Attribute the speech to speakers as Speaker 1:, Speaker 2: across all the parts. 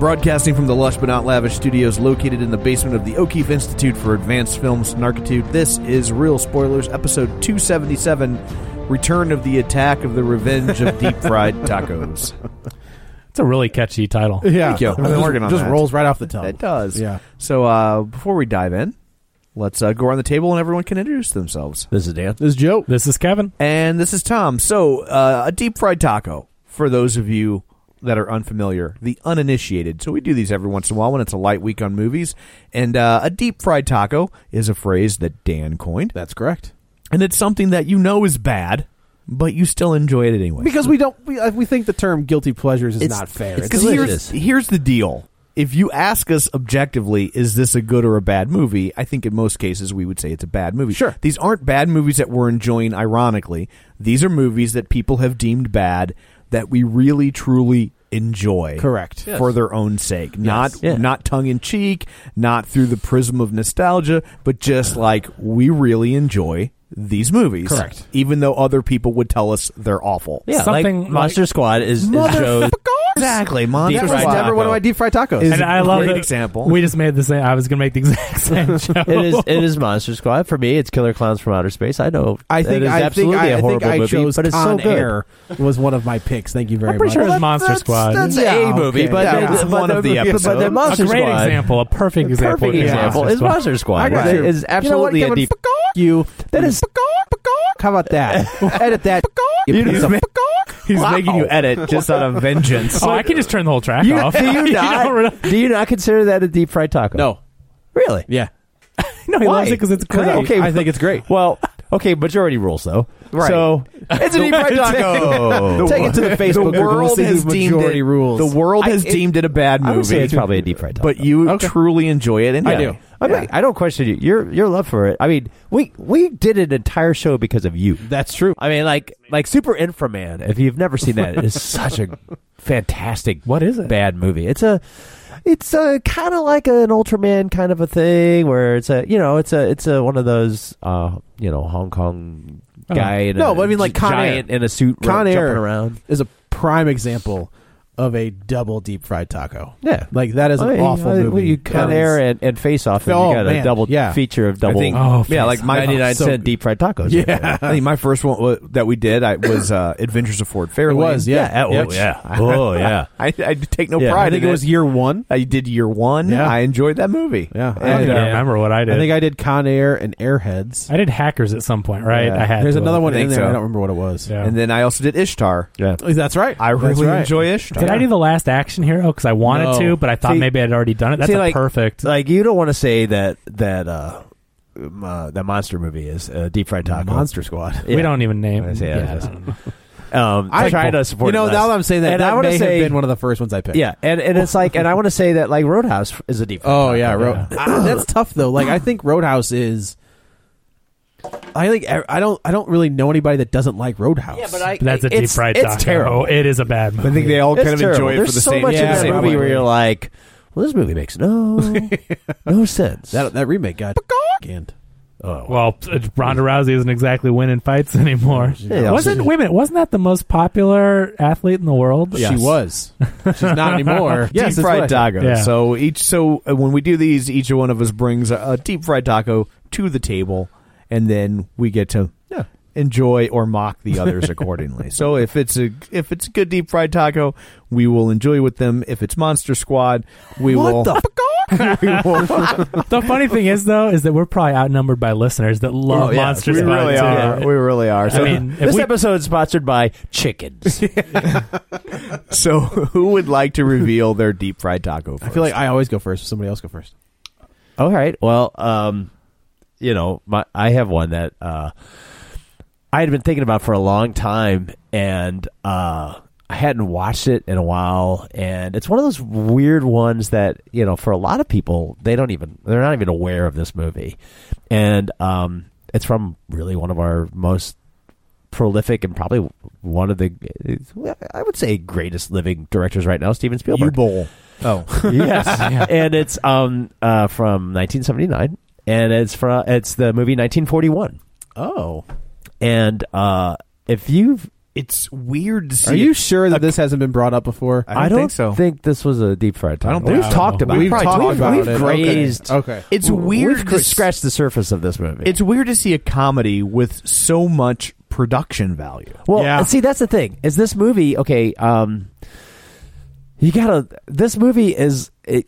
Speaker 1: Broadcasting from the lush but not lavish studios located in the basement of the O'Keefe Institute for Advanced Film Snarkitude, this is Real Spoilers, episode 277 Return of the Attack of the Revenge of Deep Fried Tacos.
Speaker 2: It's a really catchy title.
Speaker 3: Yeah,
Speaker 1: Thank you.
Speaker 3: It
Speaker 1: I've been
Speaker 3: just,
Speaker 1: working on
Speaker 3: just
Speaker 1: that.
Speaker 3: rolls right off the
Speaker 2: Oh,
Speaker 3: tongue.
Speaker 1: That does.
Speaker 3: Yeah.
Speaker 1: So uh, before we dive in, let's uh, go around the table and everyone can introduce themselves.
Speaker 3: This is Dan. This is Joe.
Speaker 2: This is Kevin.
Speaker 1: And this is Tom. So, uh, a deep fried taco for those of you that are unfamiliar, the uninitiated. So, we do these every once in a while when it's a light week on movies. And uh, a deep fried taco is a phrase that Dan coined.
Speaker 3: That's correct.
Speaker 1: And it's something that you know is bad, but you still enjoy it anyway.
Speaker 3: Because we don't, we, uh, we think the term guilty pleasures is
Speaker 1: It's-
Speaker 3: not fair.
Speaker 1: it's 'cause here's, here's the deal. If you ask us objectively, is this a good or a bad movie? I think in most cases we would say it's a bad movie.
Speaker 3: Sure.
Speaker 1: These aren't bad movies that we're enjoying ironically. These are movies that people have deemed bad that we really truly enjoy.
Speaker 3: Correct.
Speaker 1: For their own sake. Not
Speaker 3: Yeah.
Speaker 1: not tongue in cheek, not through the prism of nostalgia, but just like we really enjoy these movies.
Speaker 3: Correct.
Speaker 1: Even though other people would tell us they're awful.
Speaker 4: Yeah,
Speaker 2: Something
Speaker 4: like
Speaker 2: like-
Speaker 4: Monster Squad is, is Joe's.
Speaker 1: Exactly, Mon.
Speaker 4: Deep
Speaker 1: That was
Speaker 4: fried
Speaker 1: never
Speaker 4: taco.
Speaker 1: one of my deep fried tacos.
Speaker 3: Is
Speaker 2: And I love
Speaker 1: Great
Speaker 2: that
Speaker 1: example.
Speaker 2: We just made the same. I was going to make the exact same joke.
Speaker 4: It is it is Monster Squad for me. It's Killer Clowns from Outer Space. I know.
Speaker 3: I
Speaker 4: that
Speaker 3: think
Speaker 4: is
Speaker 3: I
Speaker 4: absolutely
Speaker 3: think I,
Speaker 4: a
Speaker 3: I
Speaker 4: horrible
Speaker 3: think I
Speaker 4: movie,
Speaker 3: chose
Speaker 4: but it's
Speaker 3: Con
Speaker 4: so good.
Speaker 3: Air was one of my picks. Thank you very
Speaker 2: I'm pretty
Speaker 3: much.
Speaker 2: sure it was
Speaker 3: Well,
Speaker 2: Monster Squad.
Speaker 4: It's a movie, but
Speaker 1: that
Speaker 4: they-
Speaker 1: was
Speaker 4: but
Speaker 1: one
Speaker 4: they're-
Speaker 1: of the
Speaker 4: but- But
Speaker 1: episodes.
Speaker 4: they're
Speaker 2: a
Speaker 4: Monster
Speaker 2: great
Speaker 4: Squad.
Speaker 2: example. A perfect example.
Speaker 4: Perfect
Speaker 2: would be
Speaker 4: example
Speaker 2: Monster
Speaker 4: is
Speaker 2: Squad.
Speaker 4: Monster Squad.
Speaker 3: I got
Speaker 4: It
Speaker 3: you.
Speaker 4: is absolutely
Speaker 3: you know
Speaker 4: a
Speaker 3: what, Kevin?
Speaker 4: deep.
Speaker 3: Fuck off. you.
Speaker 4: That is
Speaker 3: How about that? Edit that. You
Speaker 1: You
Speaker 3: piece of
Speaker 1: just- He's making you edit just out of vengeance.
Speaker 2: Oh, I can just turn the whole track
Speaker 4: You-
Speaker 2: off.
Speaker 4: do you
Speaker 2: don't really-
Speaker 4: not do you not consider that a deep fried taco?
Speaker 3: No.
Speaker 4: really.
Speaker 3: Yeah.
Speaker 2: no, he
Speaker 4: Why?
Speaker 2: loves it because it's
Speaker 4: Because
Speaker 2: great.
Speaker 4: okay,
Speaker 3: I think it's great.
Speaker 4: Well, okay, majority rules though.
Speaker 1: Right.
Speaker 4: So it's a deep fried taco. Take it to the
Speaker 1: the
Speaker 4: Facebook. group.
Speaker 1: world
Speaker 3: the
Speaker 1: has deemed
Speaker 3: majority
Speaker 1: it,
Speaker 3: rules.
Speaker 1: The world has
Speaker 4: I- it-
Speaker 1: deemed it a bad
Speaker 4: I would say
Speaker 1: movie.
Speaker 4: it's probably a deep fried taco.
Speaker 1: but you
Speaker 3: Okay.
Speaker 1: truly enjoy it, and
Speaker 3: I
Speaker 1: yeah.
Speaker 3: do.
Speaker 4: I mean, I don't question you. Your your love for it. I mean, we we did an entire show because of you.
Speaker 3: That's true.
Speaker 4: I mean, like like Super Inframan. If you've never seen that, it is such a fantastic.
Speaker 2: What is it?
Speaker 4: Bad movie. It's a it's a kind of like an Ultraman kind of a thing where it's a you know it's a it's a one of those uh you know Hong Kong
Speaker 2: Oh.
Speaker 4: guy in
Speaker 3: Uh-huh. No,
Speaker 4: a
Speaker 3: but I mean, like, Con Air.
Speaker 4: giant in a suit ro-
Speaker 3: Con Air.
Speaker 4: jumping around.
Speaker 3: is a prime example of a double deep fried taco.
Speaker 4: Yeah.
Speaker 3: Like that is an
Speaker 4: I mean,
Speaker 3: awful
Speaker 4: I-
Speaker 3: movie.
Speaker 4: You Con
Speaker 3: That
Speaker 4: Air
Speaker 3: is-
Speaker 4: and, and Face Off, and
Speaker 3: Oh,
Speaker 4: you got a
Speaker 3: man.
Speaker 4: double
Speaker 3: Yeah.
Speaker 4: feature of double.
Speaker 1: think-
Speaker 2: Oh,
Speaker 4: yeah, like
Speaker 2: Face
Speaker 4: my
Speaker 2: Off.
Speaker 4: 99
Speaker 3: So
Speaker 4: cent deep fried tacos.
Speaker 3: Yeah.
Speaker 1: I think my first one wa- that we did I, was uh, Adventures of Ford Fairlane.
Speaker 3: It was, yeah.
Speaker 4: Oh, yeah. Oh, yeah.
Speaker 1: I, I take no
Speaker 4: Yeah.
Speaker 1: pride.
Speaker 3: I think
Speaker 1: in
Speaker 3: it was year one.
Speaker 1: I did year one.
Speaker 3: Yeah.
Speaker 1: I enjoyed that movie.
Speaker 3: Yeah.
Speaker 2: I don't
Speaker 3: And,
Speaker 2: even
Speaker 3: uh,
Speaker 2: remember what I did.
Speaker 3: I think I did Con Air and Airheads.
Speaker 2: I did hackers at some point, right?
Speaker 1: Yeah.
Speaker 2: I had.
Speaker 3: There's
Speaker 2: to.
Speaker 3: another one
Speaker 1: I
Speaker 3: in
Speaker 1: think
Speaker 3: there.
Speaker 1: so.
Speaker 3: I don't remember what it was.
Speaker 2: Yeah.
Speaker 1: And then I also did Ishtar.
Speaker 4: Yeah.
Speaker 3: That's right.
Speaker 1: I
Speaker 3: That's
Speaker 1: really
Speaker 3: right.
Speaker 1: enjoy Ishtar.
Speaker 2: Did I do the last action hero? Because I wanted
Speaker 3: No.
Speaker 2: to, but I thought
Speaker 4: See-
Speaker 2: maybe I'd already done it. That's
Speaker 4: See,
Speaker 2: a
Speaker 4: like-
Speaker 2: perfect.
Speaker 4: Like you don't want to say that that uh, um, uh that monster movie is uh, deep fried taco.
Speaker 3: Monster Squad.
Speaker 2: we don't even name.
Speaker 4: I see, I
Speaker 2: yeah,
Speaker 4: see.
Speaker 2: I don't know.
Speaker 4: Um, I try to support.
Speaker 3: You know,
Speaker 4: less.
Speaker 3: now that I'm saying that,
Speaker 4: And I
Speaker 3: that
Speaker 4: wanna
Speaker 3: may
Speaker 4: say-
Speaker 3: have been one of the first ones I picked.
Speaker 4: yeah, and and it's like, and I want to say that like Roadhouse is a deep. fried
Speaker 3: Oh
Speaker 4: taco.
Speaker 3: yeah, Ro- Ah, that's tough though. Like I think Roadhouse is. I think e, I don't. I don't really know anybody that doesn't like Roadhouse.
Speaker 4: Yeah, but I,
Speaker 2: That's a deep
Speaker 4: it's-
Speaker 2: fried
Speaker 4: It's
Speaker 2: taco.
Speaker 4: terrible.
Speaker 2: It is a bad
Speaker 1: I
Speaker 2: movie.
Speaker 1: think they all
Speaker 4: It's
Speaker 1: kind of
Speaker 4: terrible.
Speaker 1: enjoy it
Speaker 4: There's
Speaker 1: for the
Speaker 4: so
Speaker 1: same
Speaker 4: much
Speaker 3: yeah,
Speaker 4: in
Speaker 1: same
Speaker 4: that
Speaker 3: same
Speaker 4: movie
Speaker 3: way.
Speaker 4: where you're like, well, this movie makes no no sense.
Speaker 3: that that remake got canned.
Speaker 2: Well, uh, Ronda Rousey isn't exactly winning fights anymore.
Speaker 4: Yeah.
Speaker 2: wasn't wait a minute? Wasn't that the most popular athlete in the world?
Speaker 3: She was. She's not anymore. yes,
Speaker 1: deep
Speaker 3: that's
Speaker 1: fried
Speaker 3: what I-
Speaker 1: taco.
Speaker 2: Yeah.
Speaker 1: So each so uh, when we do these, each one of us brings a, a deep fried taco to the table, and then we get to enjoy or mock the others accordingly. So if it's a if it's a good deep fried taco, we will enjoy with them. If it's Monster Squad, we will. we will
Speaker 2: The funny thing is though, is that we're probably outnumbered by listeners that love
Speaker 1: Oh, yeah,
Speaker 2: monsters.
Speaker 1: We really are. We really are. So,
Speaker 2: I mean, if
Speaker 4: this
Speaker 2: we,
Speaker 4: episode is sponsored by chickens.
Speaker 1: so who would like to reveal their deep fried taco? First?
Speaker 3: I feel like I always go first. Somebody else go first.
Speaker 4: All right. Well, um, you know, my I have one that uh, I had been thinking about for a long time, and uh, I hadn't watched it in a while, and it's one of those weird ones that you know, for a lot of people, they don't even they're not even aware of this movie, and um, it's from really one of our most prolific and probably one of the I would say greatest living directors right now, Steven Spielberg.
Speaker 1: You bowl. Oh,
Speaker 4: yes, and it's um uh, from 1979, and it's from it's the movie 1941,
Speaker 3: Oh,
Speaker 4: and uh, if you've
Speaker 1: it's weird. To see
Speaker 3: are you
Speaker 1: it.
Speaker 3: sure that this hasn't been brought up before?
Speaker 1: I don't think so.
Speaker 4: this was a deep fried taco.
Speaker 1: I don't think
Speaker 4: we've
Speaker 1: so.
Speaker 4: talked about.
Speaker 1: We've
Speaker 4: it.
Speaker 1: probably talked
Speaker 4: We've-
Speaker 1: about
Speaker 4: we've
Speaker 1: it. Okay.
Speaker 4: grazed.
Speaker 3: Okay.
Speaker 1: It's
Speaker 4: We've
Speaker 1: weird to
Speaker 4: gr- scratched the surface of this movie.
Speaker 1: It's weird to see a comedy with so much production value.
Speaker 4: well,
Speaker 3: Yeah.
Speaker 4: see, that's the thing. Is this movie okay? Um, you gotta. This movie is it.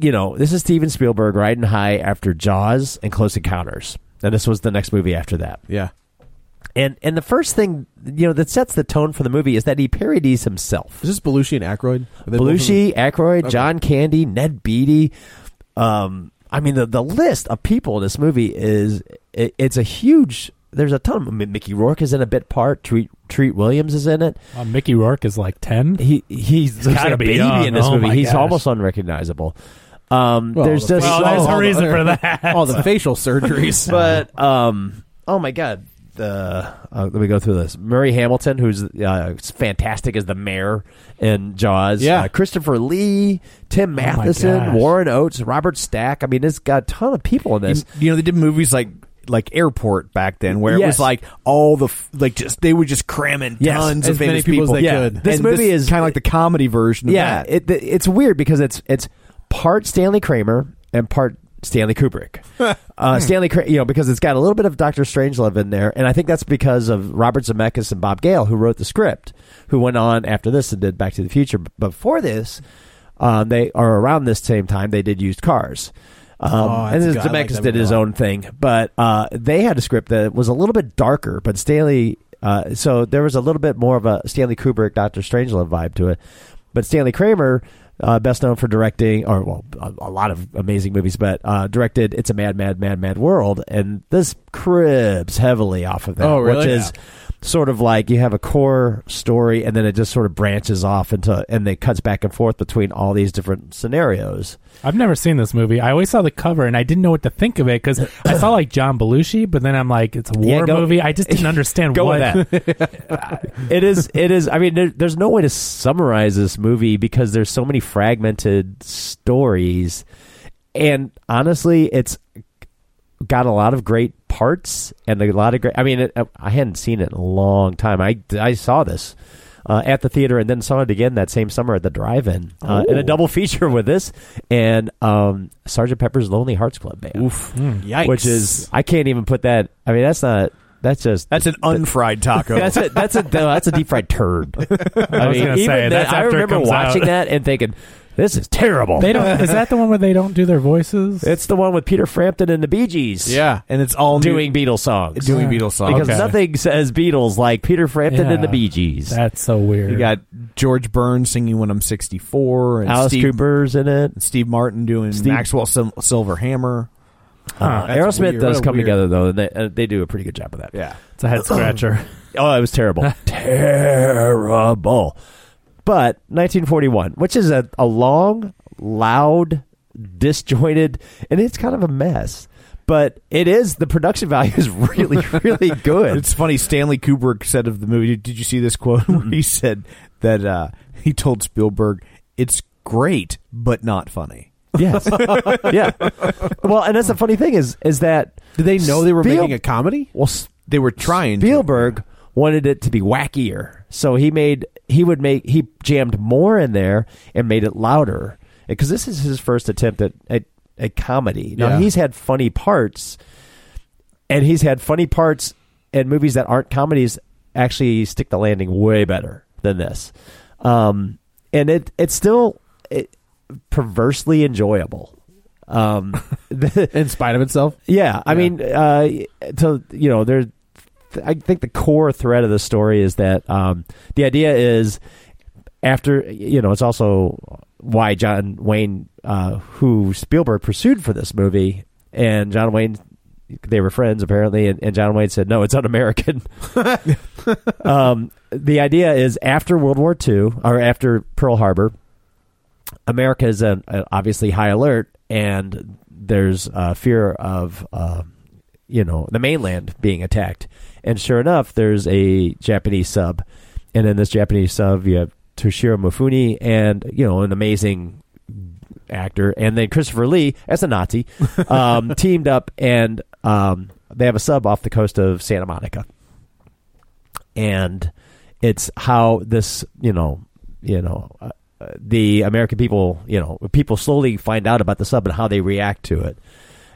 Speaker 4: You know, this is Steven Spielberg riding high after Jaws and Close Encounters, and this was the next movie after that.
Speaker 3: Yeah.
Speaker 4: And and the first thing you know that sets the tone for the movie is that he parodies himself.
Speaker 3: Is this Belushi and Aykroyd? Are they both in
Speaker 4: Belushi, Aykroyd, John Candy, Ned Beatty. Um, I mean, the the list of people in this movie is it, it's a huge. There's a ton. Of, I mean, Mickey Rourke is in a bit part. Treat Treat Williams is in it.
Speaker 2: Uh, Mickey Rourke is like ten.
Speaker 4: He he's, there's
Speaker 2: gotta
Speaker 4: like a
Speaker 2: be
Speaker 4: baby
Speaker 2: young.
Speaker 4: in this
Speaker 2: Oh
Speaker 4: movie.
Speaker 2: my
Speaker 4: He's
Speaker 2: gosh.
Speaker 4: almost unrecognizable. Um,
Speaker 3: Well,
Speaker 4: there's
Speaker 3: the
Speaker 4: just
Speaker 2: Well,
Speaker 3: face-
Speaker 2: there's
Speaker 3: all
Speaker 2: a
Speaker 3: the-
Speaker 2: reason for that.
Speaker 3: all the facial surgeries.
Speaker 4: but um, oh my god, the uh, let me go through this. Murray Hamilton, who's uh, fantastic as the mayor in Jaws.
Speaker 3: Yeah.
Speaker 4: Uh, Christopher Lee, Tim Matheson,
Speaker 2: gosh.
Speaker 4: Warren Oates, Robert Stack. I mean, it's got a ton of people in
Speaker 1: You,
Speaker 4: this.
Speaker 1: you know, they did movies like like Airport back then, where it
Speaker 4: Yes.
Speaker 1: was like all the f- like just they would just cram in
Speaker 4: Yes,
Speaker 1: tons
Speaker 3: as
Speaker 1: of
Speaker 3: many
Speaker 1: famous
Speaker 3: people as they
Speaker 1: yeah.
Speaker 3: could.
Speaker 4: This
Speaker 1: And
Speaker 4: movie is-
Speaker 1: kind of like the comedy version. Of
Speaker 4: yeah,
Speaker 1: that.
Speaker 4: it, th- it's weird because it's it's part Stanley Kramer and part Stanley Kubrick. uh, Stanley, Kra- you know, because it's got a little bit of Doctor Strangelove in there, and I think that's because of Robert Zemeckis and Bob Gale, who wrote the script, who went on after this and did Back to the Future. But before this, um, they are around this same time they did Used Cars. Um,
Speaker 3: Oh,
Speaker 4: and then
Speaker 3: that's good. I like
Speaker 4: Zemeckis
Speaker 3: that
Speaker 4: did
Speaker 3: movie a
Speaker 4: his
Speaker 3: lot.
Speaker 4: own thing, but uh, they had a script that was a little bit darker. But Stanley, uh, so there was a little bit more of a Stanley Kubrick, Doctor Strangelove vibe to it. But Stanley Kramer, uh, best known for directing, or well, a, a lot of amazing movies, but uh, directed "It's a Mad, Mad, Mad, Mad World," and this cribs heavily off of that,
Speaker 3: Oh, really?
Speaker 4: which is sort of like you have a core story, and then it just sort of branches off into, and it cuts back and forth between all these different scenarios.
Speaker 2: I've never seen this movie. I always saw the cover and I didn't know what to think of it because I saw like John Belushi, but then I'm like, it's a war
Speaker 4: Yeah, go-
Speaker 2: movie. I just didn't understand
Speaker 4: Go
Speaker 2: what.
Speaker 4: with that. it is. It is. I mean, there, there's no way to summarize this movie because there's so many fragmented stories, and honestly, it's got a lot of great parts and a lot of great. I mean, it, uh, I hadn't seen it in a long time. I I saw this. Uh, at the theater, and then saw it again that same summer at the drive-in uh, in a double feature with this and um, Sergeant Pepper's Lonely Hearts Club Band,
Speaker 1: Mm,
Speaker 3: Yikes.
Speaker 4: which is I can't even put that. I mean, that's not that's just
Speaker 1: that's an unfried taco.
Speaker 4: that's a that's a no, that's a deep fried turd. I,
Speaker 2: was gonna say,
Speaker 4: even
Speaker 2: that's
Speaker 4: I
Speaker 2: after it
Speaker 4: remember
Speaker 2: comes
Speaker 4: watching
Speaker 2: out.
Speaker 4: that and thinking, "This is terrible."
Speaker 2: They don't. Is that the one where they don't do their voices?
Speaker 4: It's the one with Peter Frampton and the Bee Gees.
Speaker 3: yeah.
Speaker 1: and it's all new-
Speaker 4: doing Beatles songs.
Speaker 1: doing Beatles songs.
Speaker 4: because
Speaker 2: Okay.
Speaker 4: nothing says Beatles like Peter Frampton and the
Speaker 2: Yeah.
Speaker 4: Bee Gees.
Speaker 2: That's so weird.
Speaker 1: You got George Burns singing "When I'm 64," and
Speaker 4: Alice
Speaker 1: Steve,
Speaker 4: Cooper's in it.
Speaker 1: Steve Martin doing
Speaker 4: Steve-
Speaker 1: Maxwell Sil- Silver Hammer.
Speaker 4: Uh,
Speaker 1: that's
Speaker 4: Aerosmith
Speaker 1: weird. What
Speaker 4: does
Speaker 1: a
Speaker 4: come
Speaker 1: weird-
Speaker 4: together though, and they, uh, they do a pretty good job of that.
Speaker 1: Yeah,
Speaker 2: it's a head scratcher.
Speaker 4: Oh, it was terrible. terrible. But 1941, which is a, a long, loud, disjointed, and it's kind of a mess. But it is, the production value is really, really good.
Speaker 1: It's funny. Stanley Kubrick said of the movie. Did you see this quote? Where he said that uh, he told Spielberg, "It's great, but not funny."
Speaker 4: yes. yeah. Well, and that's the funny thing is, is that.
Speaker 3: Did they know they were
Speaker 4: Spiel-
Speaker 3: making a comedy?
Speaker 4: Well, s-
Speaker 1: They were trying. to.
Speaker 4: Spielberg wanted it to be wackier, so he made he would make he jammed more in there and made it louder because this is his first attempt at at, at comedy. Now
Speaker 3: Yeah.
Speaker 4: he's had funny parts, and he's had funny parts in movies that aren't comedies. Actually, stick the landing way better than this, um, and it it's still it, perversely enjoyable. Um,
Speaker 3: In spite of itself?
Speaker 4: Yeah, I mean, uh, to you know, there. I think the core thread of the story is that um, the idea is after you know it's also why John Wayne, uh, who Spielberg pursued for this movie, and John Wayne, they were friends apparently, and, and John Wayne said no, it's un-American. um, the idea is after World War II or after Pearl Harbor, America is an, uh, obviously high alert, and there's uh, fear of uh, you know the mainland being attacked. And sure enough, there's a Japanese sub, and in this Japanese sub, you have Toshiro Mifune and you know an amazing actor, and then Christopher Lee as a Nazi um, teamed up, and um, they have a sub off the coast of Santa Monica and it's how this you know you know uh, uh, the American people you know people slowly find out about the sub and how they react to it.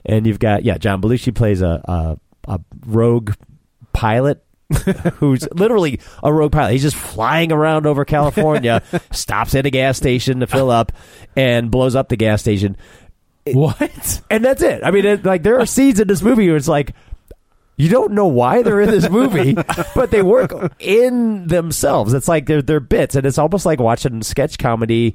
Speaker 4: And you've got yeah, John Belushi plays a a, a rogue pilot. who's literally a rogue pilot. He's just flying around over California, stops at a gas station to fill up, and blows up the gas station.
Speaker 2: What?
Speaker 4: And that's it. I mean, it, like there are scenes in this movie where it's like you don't know why they're in this movie, but they work in themselves. It's like they're they're bits, and it's almost like watching sketch comedy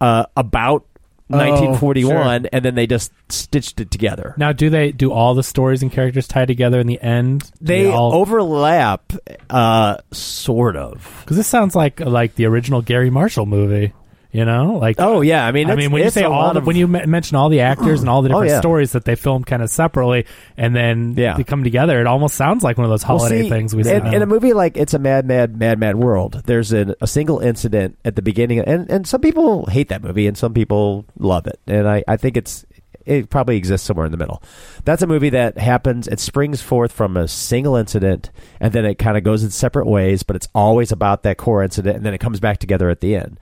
Speaker 4: uh, about 1941, and then they just stitched it together.
Speaker 2: Now, do they do all the stories and characters tie together in the end? Do
Speaker 4: They
Speaker 2: all
Speaker 4: overlap, uh, sort of.
Speaker 2: because this sounds like like the original Gary Marshall movie. You know, like
Speaker 4: Oh yeah, I mean,
Speaker 2: I
Speaker 4: it's-
Speaker 2: mean, when you
Speaker 4: it's
Speaker 2: say
Speaker 4: a
Speaker 2: all
Speaker 4: lot
Speaker 2: the,
Speaker 4: of-
Speaker 2: when you me- mention all the actors and all the
Speaker 4: Oh,
Speaker 2: different
Speaker 4: yeah.
Speaker 2: stories that they filmed kind of separately and then
Speaker 4: Yeah.
Speaker 2: they come together, it almost sounds like one of those
Speaker 4: Well,
Speaker 2: holiday
Speaker 4: see,
Speaker 2: things we
Speaker 4: in,
Speaker 2: see.
Speaker 4: in a movie like it's a mad mad mad mad world there's an, a single incident at the beginning and, and some people hate that movie and some people love it and I, I think it's it probably exists somewhere in the middle that's a movie that happens it springs forth from a single incident and then it kind of goes in separate ways but it's always about that core incident and then it comes back together at the end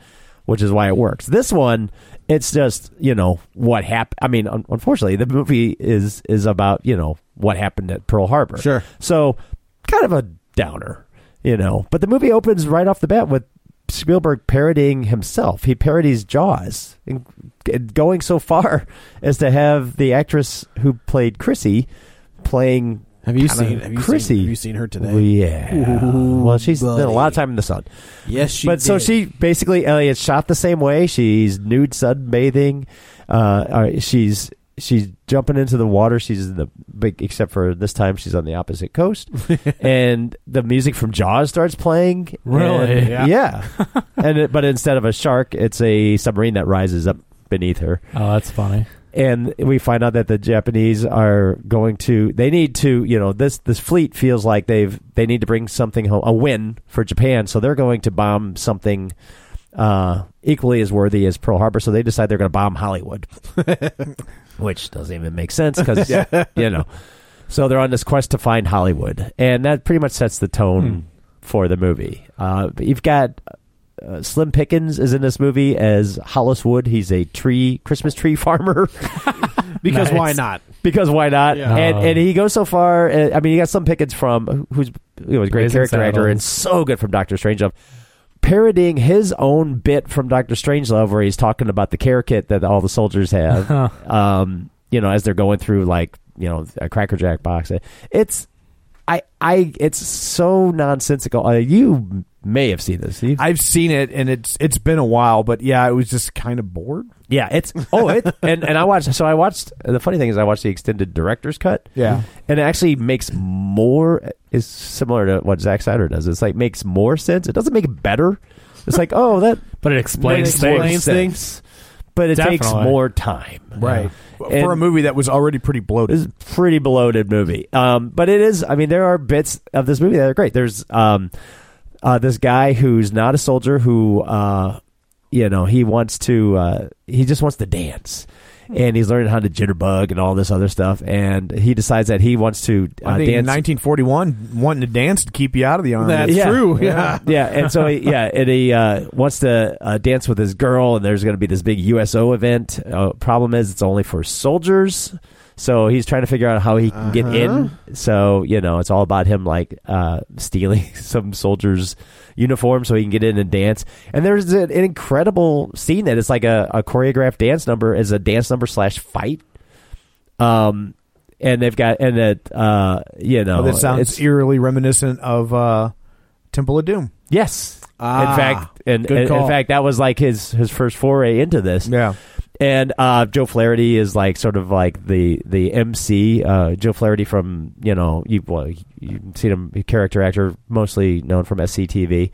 Speaker 4: which is why it works. This one, it's just you know what happened. I mean, un- unfortunately, the movie is is about you know what happened at Pearl Harbor.
Speaker 3: Sure.
Speaker 4: So kind of a downer, you know. But the movie opens right off the bat with Spielberg parodying himself. He parodies Jaws, and, and going so far as to have the actress who played Chrissy playing.
Speaker 3: Have you
Speaker 4: kinda
Speaker 3: seen have you
Speaker 4: Chrissy?
Speaker 3: Seen, have you seen her today?
Speaker 4: Yeah.
Speaker 3: Ooh,
Speaker 4: well, she's spent a lot
Speaker 3: buddy.
Speaker 4: of time in the sun
Speaker 3: Yes, she.
Speaker 4: but so
Speaker 3: did.
Speaker 4: she basically Elliot's shot the same way. She's nude sunbathing. Uh, or she's she's jumping into the water. She's in the big, except for this time she's on the opposite coast, and the music from Jaws starts playing.
Speaker 2: Really?
Speaker 4: And-
Speaker 2: Yeah.
Speaker 4: yeah. and it, but instead of a shark, it's a submarine that rises up beneath her
Speaker 2: oh, that's funny.
Speaker 4: and we find out that the Japanese are going to they need to you know this this fleet feels like they've they need to bring something home a win for Japan so they're going to bomb something uh, equally as worthy as Pearl Harbor so they decide they're going to bomb Hollywood which doesn't even make sense because you know so they're on this quest to find Hollywood and that pretty much sets the
Speaker 3: Hmm.
Speaker 4: tone for the movie uh, but you've got uh, Slim Pickens is in this movie as Hollis Wood. He's a tree Christmas tree farmer
Speaker 3: because
Speaker 2: Nice.
Speaker 3: why not?
Speaker 4: because why not?
Speaker 3: Yeah.
Speaker 4: And
Speaker 2: Um,
Speaker 4: and he goes so far. uh, I mean, you got Slim Pickens from uh, who's you know, a great
Speaker 2: Blazing
Speaker 4: character actor
Speaker 2: Saddles.
Speaker 4: and so good from Doctor Strangelove, parodying his own bit from Doctor Strangelove where he's talking about the care kit that all the soldiers have. um, you know, as they're going through like you know a Cracker Jack box. It's I I it's so nonsensical. Uh, you may have seen this. You-
Speaker 1: I've seen it, and it's it's been a while, but yeah, I was just kind of bored.
Speaker 4: Yeah, it's oh, it and and I watched. So I watched. The funny thing is, I watched the extended director's cut.
Speaker 1: Yeah.
Speaker 4: and it actually makes more is similar to what Zack Snyder does. It's like makes more sense. It doesn't make it better. It's like oh that
Speaker 2: But it explains
Speaker 4: that
Speaker 2: things.
Speaker 4: explains things, but it takes
Speaker 2: Definitely.
Speaker 4: more time. And-
Speaker 1: For a movie that was already pretty
Speaker 4: this
Speaker 1: bloated.
Speaker 4: is a pretty bloated movie. Um, but it is. I mean, there are bits of this movie that are great. There's um, uh, this guy who's not a soldier who, uh, you know, he wants to. Uh, he just wants to dance, and he's learning how to jitterbug and all this other stuff. And he decides that he wants to uh,
Speaker 1: I think in
Speaker 4: dance
Speaker 1: 1941, wanting to dance to keep you out of the army.
Speaker 3: That's
Speaker 4: Yeah.
Speaker 3: true.
Speaker 4: yeah, yeah. And so, he, yeah, and he uh, wants to uh, dance with his girl, and there's going to be this big USO event. Uh, problem is, it's only for soldiers, so he's trying to figure out how he can get
Speaker 1: Uh-huh.
Speaker 4: in. So you know, it's all about him like uh, stealing some soldiers' uniform so he can get in and dance. And there's an, an incredible scene that it's like a, a choreographed dance number is a dance number slash fight. Um. And they've got and it uh you know
Speaker 1: Oh, that sounds
Speaker 4: it's-
Speaker 1: eerily reminiscent of uh, Temple of Doom.
Speaker 4: Yes.
Speaker 3: Ah,
Speaker 4: in fact, and,
Speaker 3: good
Speaker 4: and- in
Speaker 3: call.
Speaker 4: fact, that was like his his first foray into this.
Speaker 1: Yeah.
Speaker 4: And uh, Joe Flaherty is like sort of like the the MC. Uh, Joe Flaherty from you know you well, you've seen him a character actor mostly known from SCTV.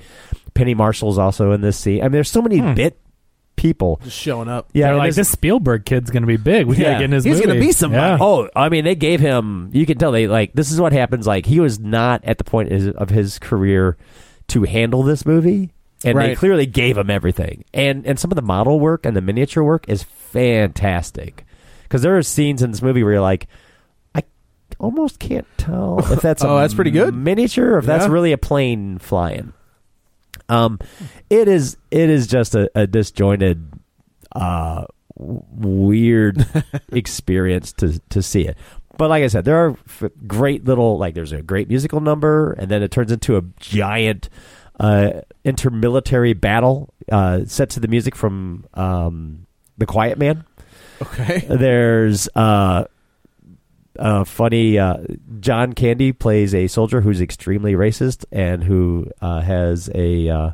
Speaker 4: Penny Marshall's also in this scene. I mean, there's so many bit people.
Speaker 3: Hmm. Just showing up.
Speaker 4: Yeah,
Speaker 2: They're
Speaker 4: and
Speaker 2: like,
Speaker 4: this-
Speaker 2: this Spielberg kid's going to be big. We got to
Speaker 4: Yeah.
Speaker 2: get in his
Speaker 3: He's
Speaker 2: movie.
Speaker 3: gonna be somebody.
Speaker 2: Yeah.
Speaker 4: Oh, I mean, they gave him. You can tell they like this is what happens. Like he was not at the point is- of his career to handle this movie, and they
Speaker 3: Right.
Speaker 4: clearly gave him everything. And and some of the model work and the miniature work is fantastic because there are scenes in this movie where you're like, I almost can't tell if that's
Speaker 3: Oh,
Speaker 4: a
Speaker 3: that's pretty good.
Speaker 4: miniature or if that's
Speaker 3: Yeah.
Speaker 4: really a plane flying. Um, it is it is just a, a disjointed uh, w- weird experience to to see it. But like I said, there are f- great little like there's a great musical number, and then it turns into a giant uh, intermilitary battle uh, set to the music from um, the Quiet Man.
Speaker 3: Okay.
Speaker 4: There's uh, uh, funny uh, John Candy plays a soldier who's extremely racist and who uh, has a uh,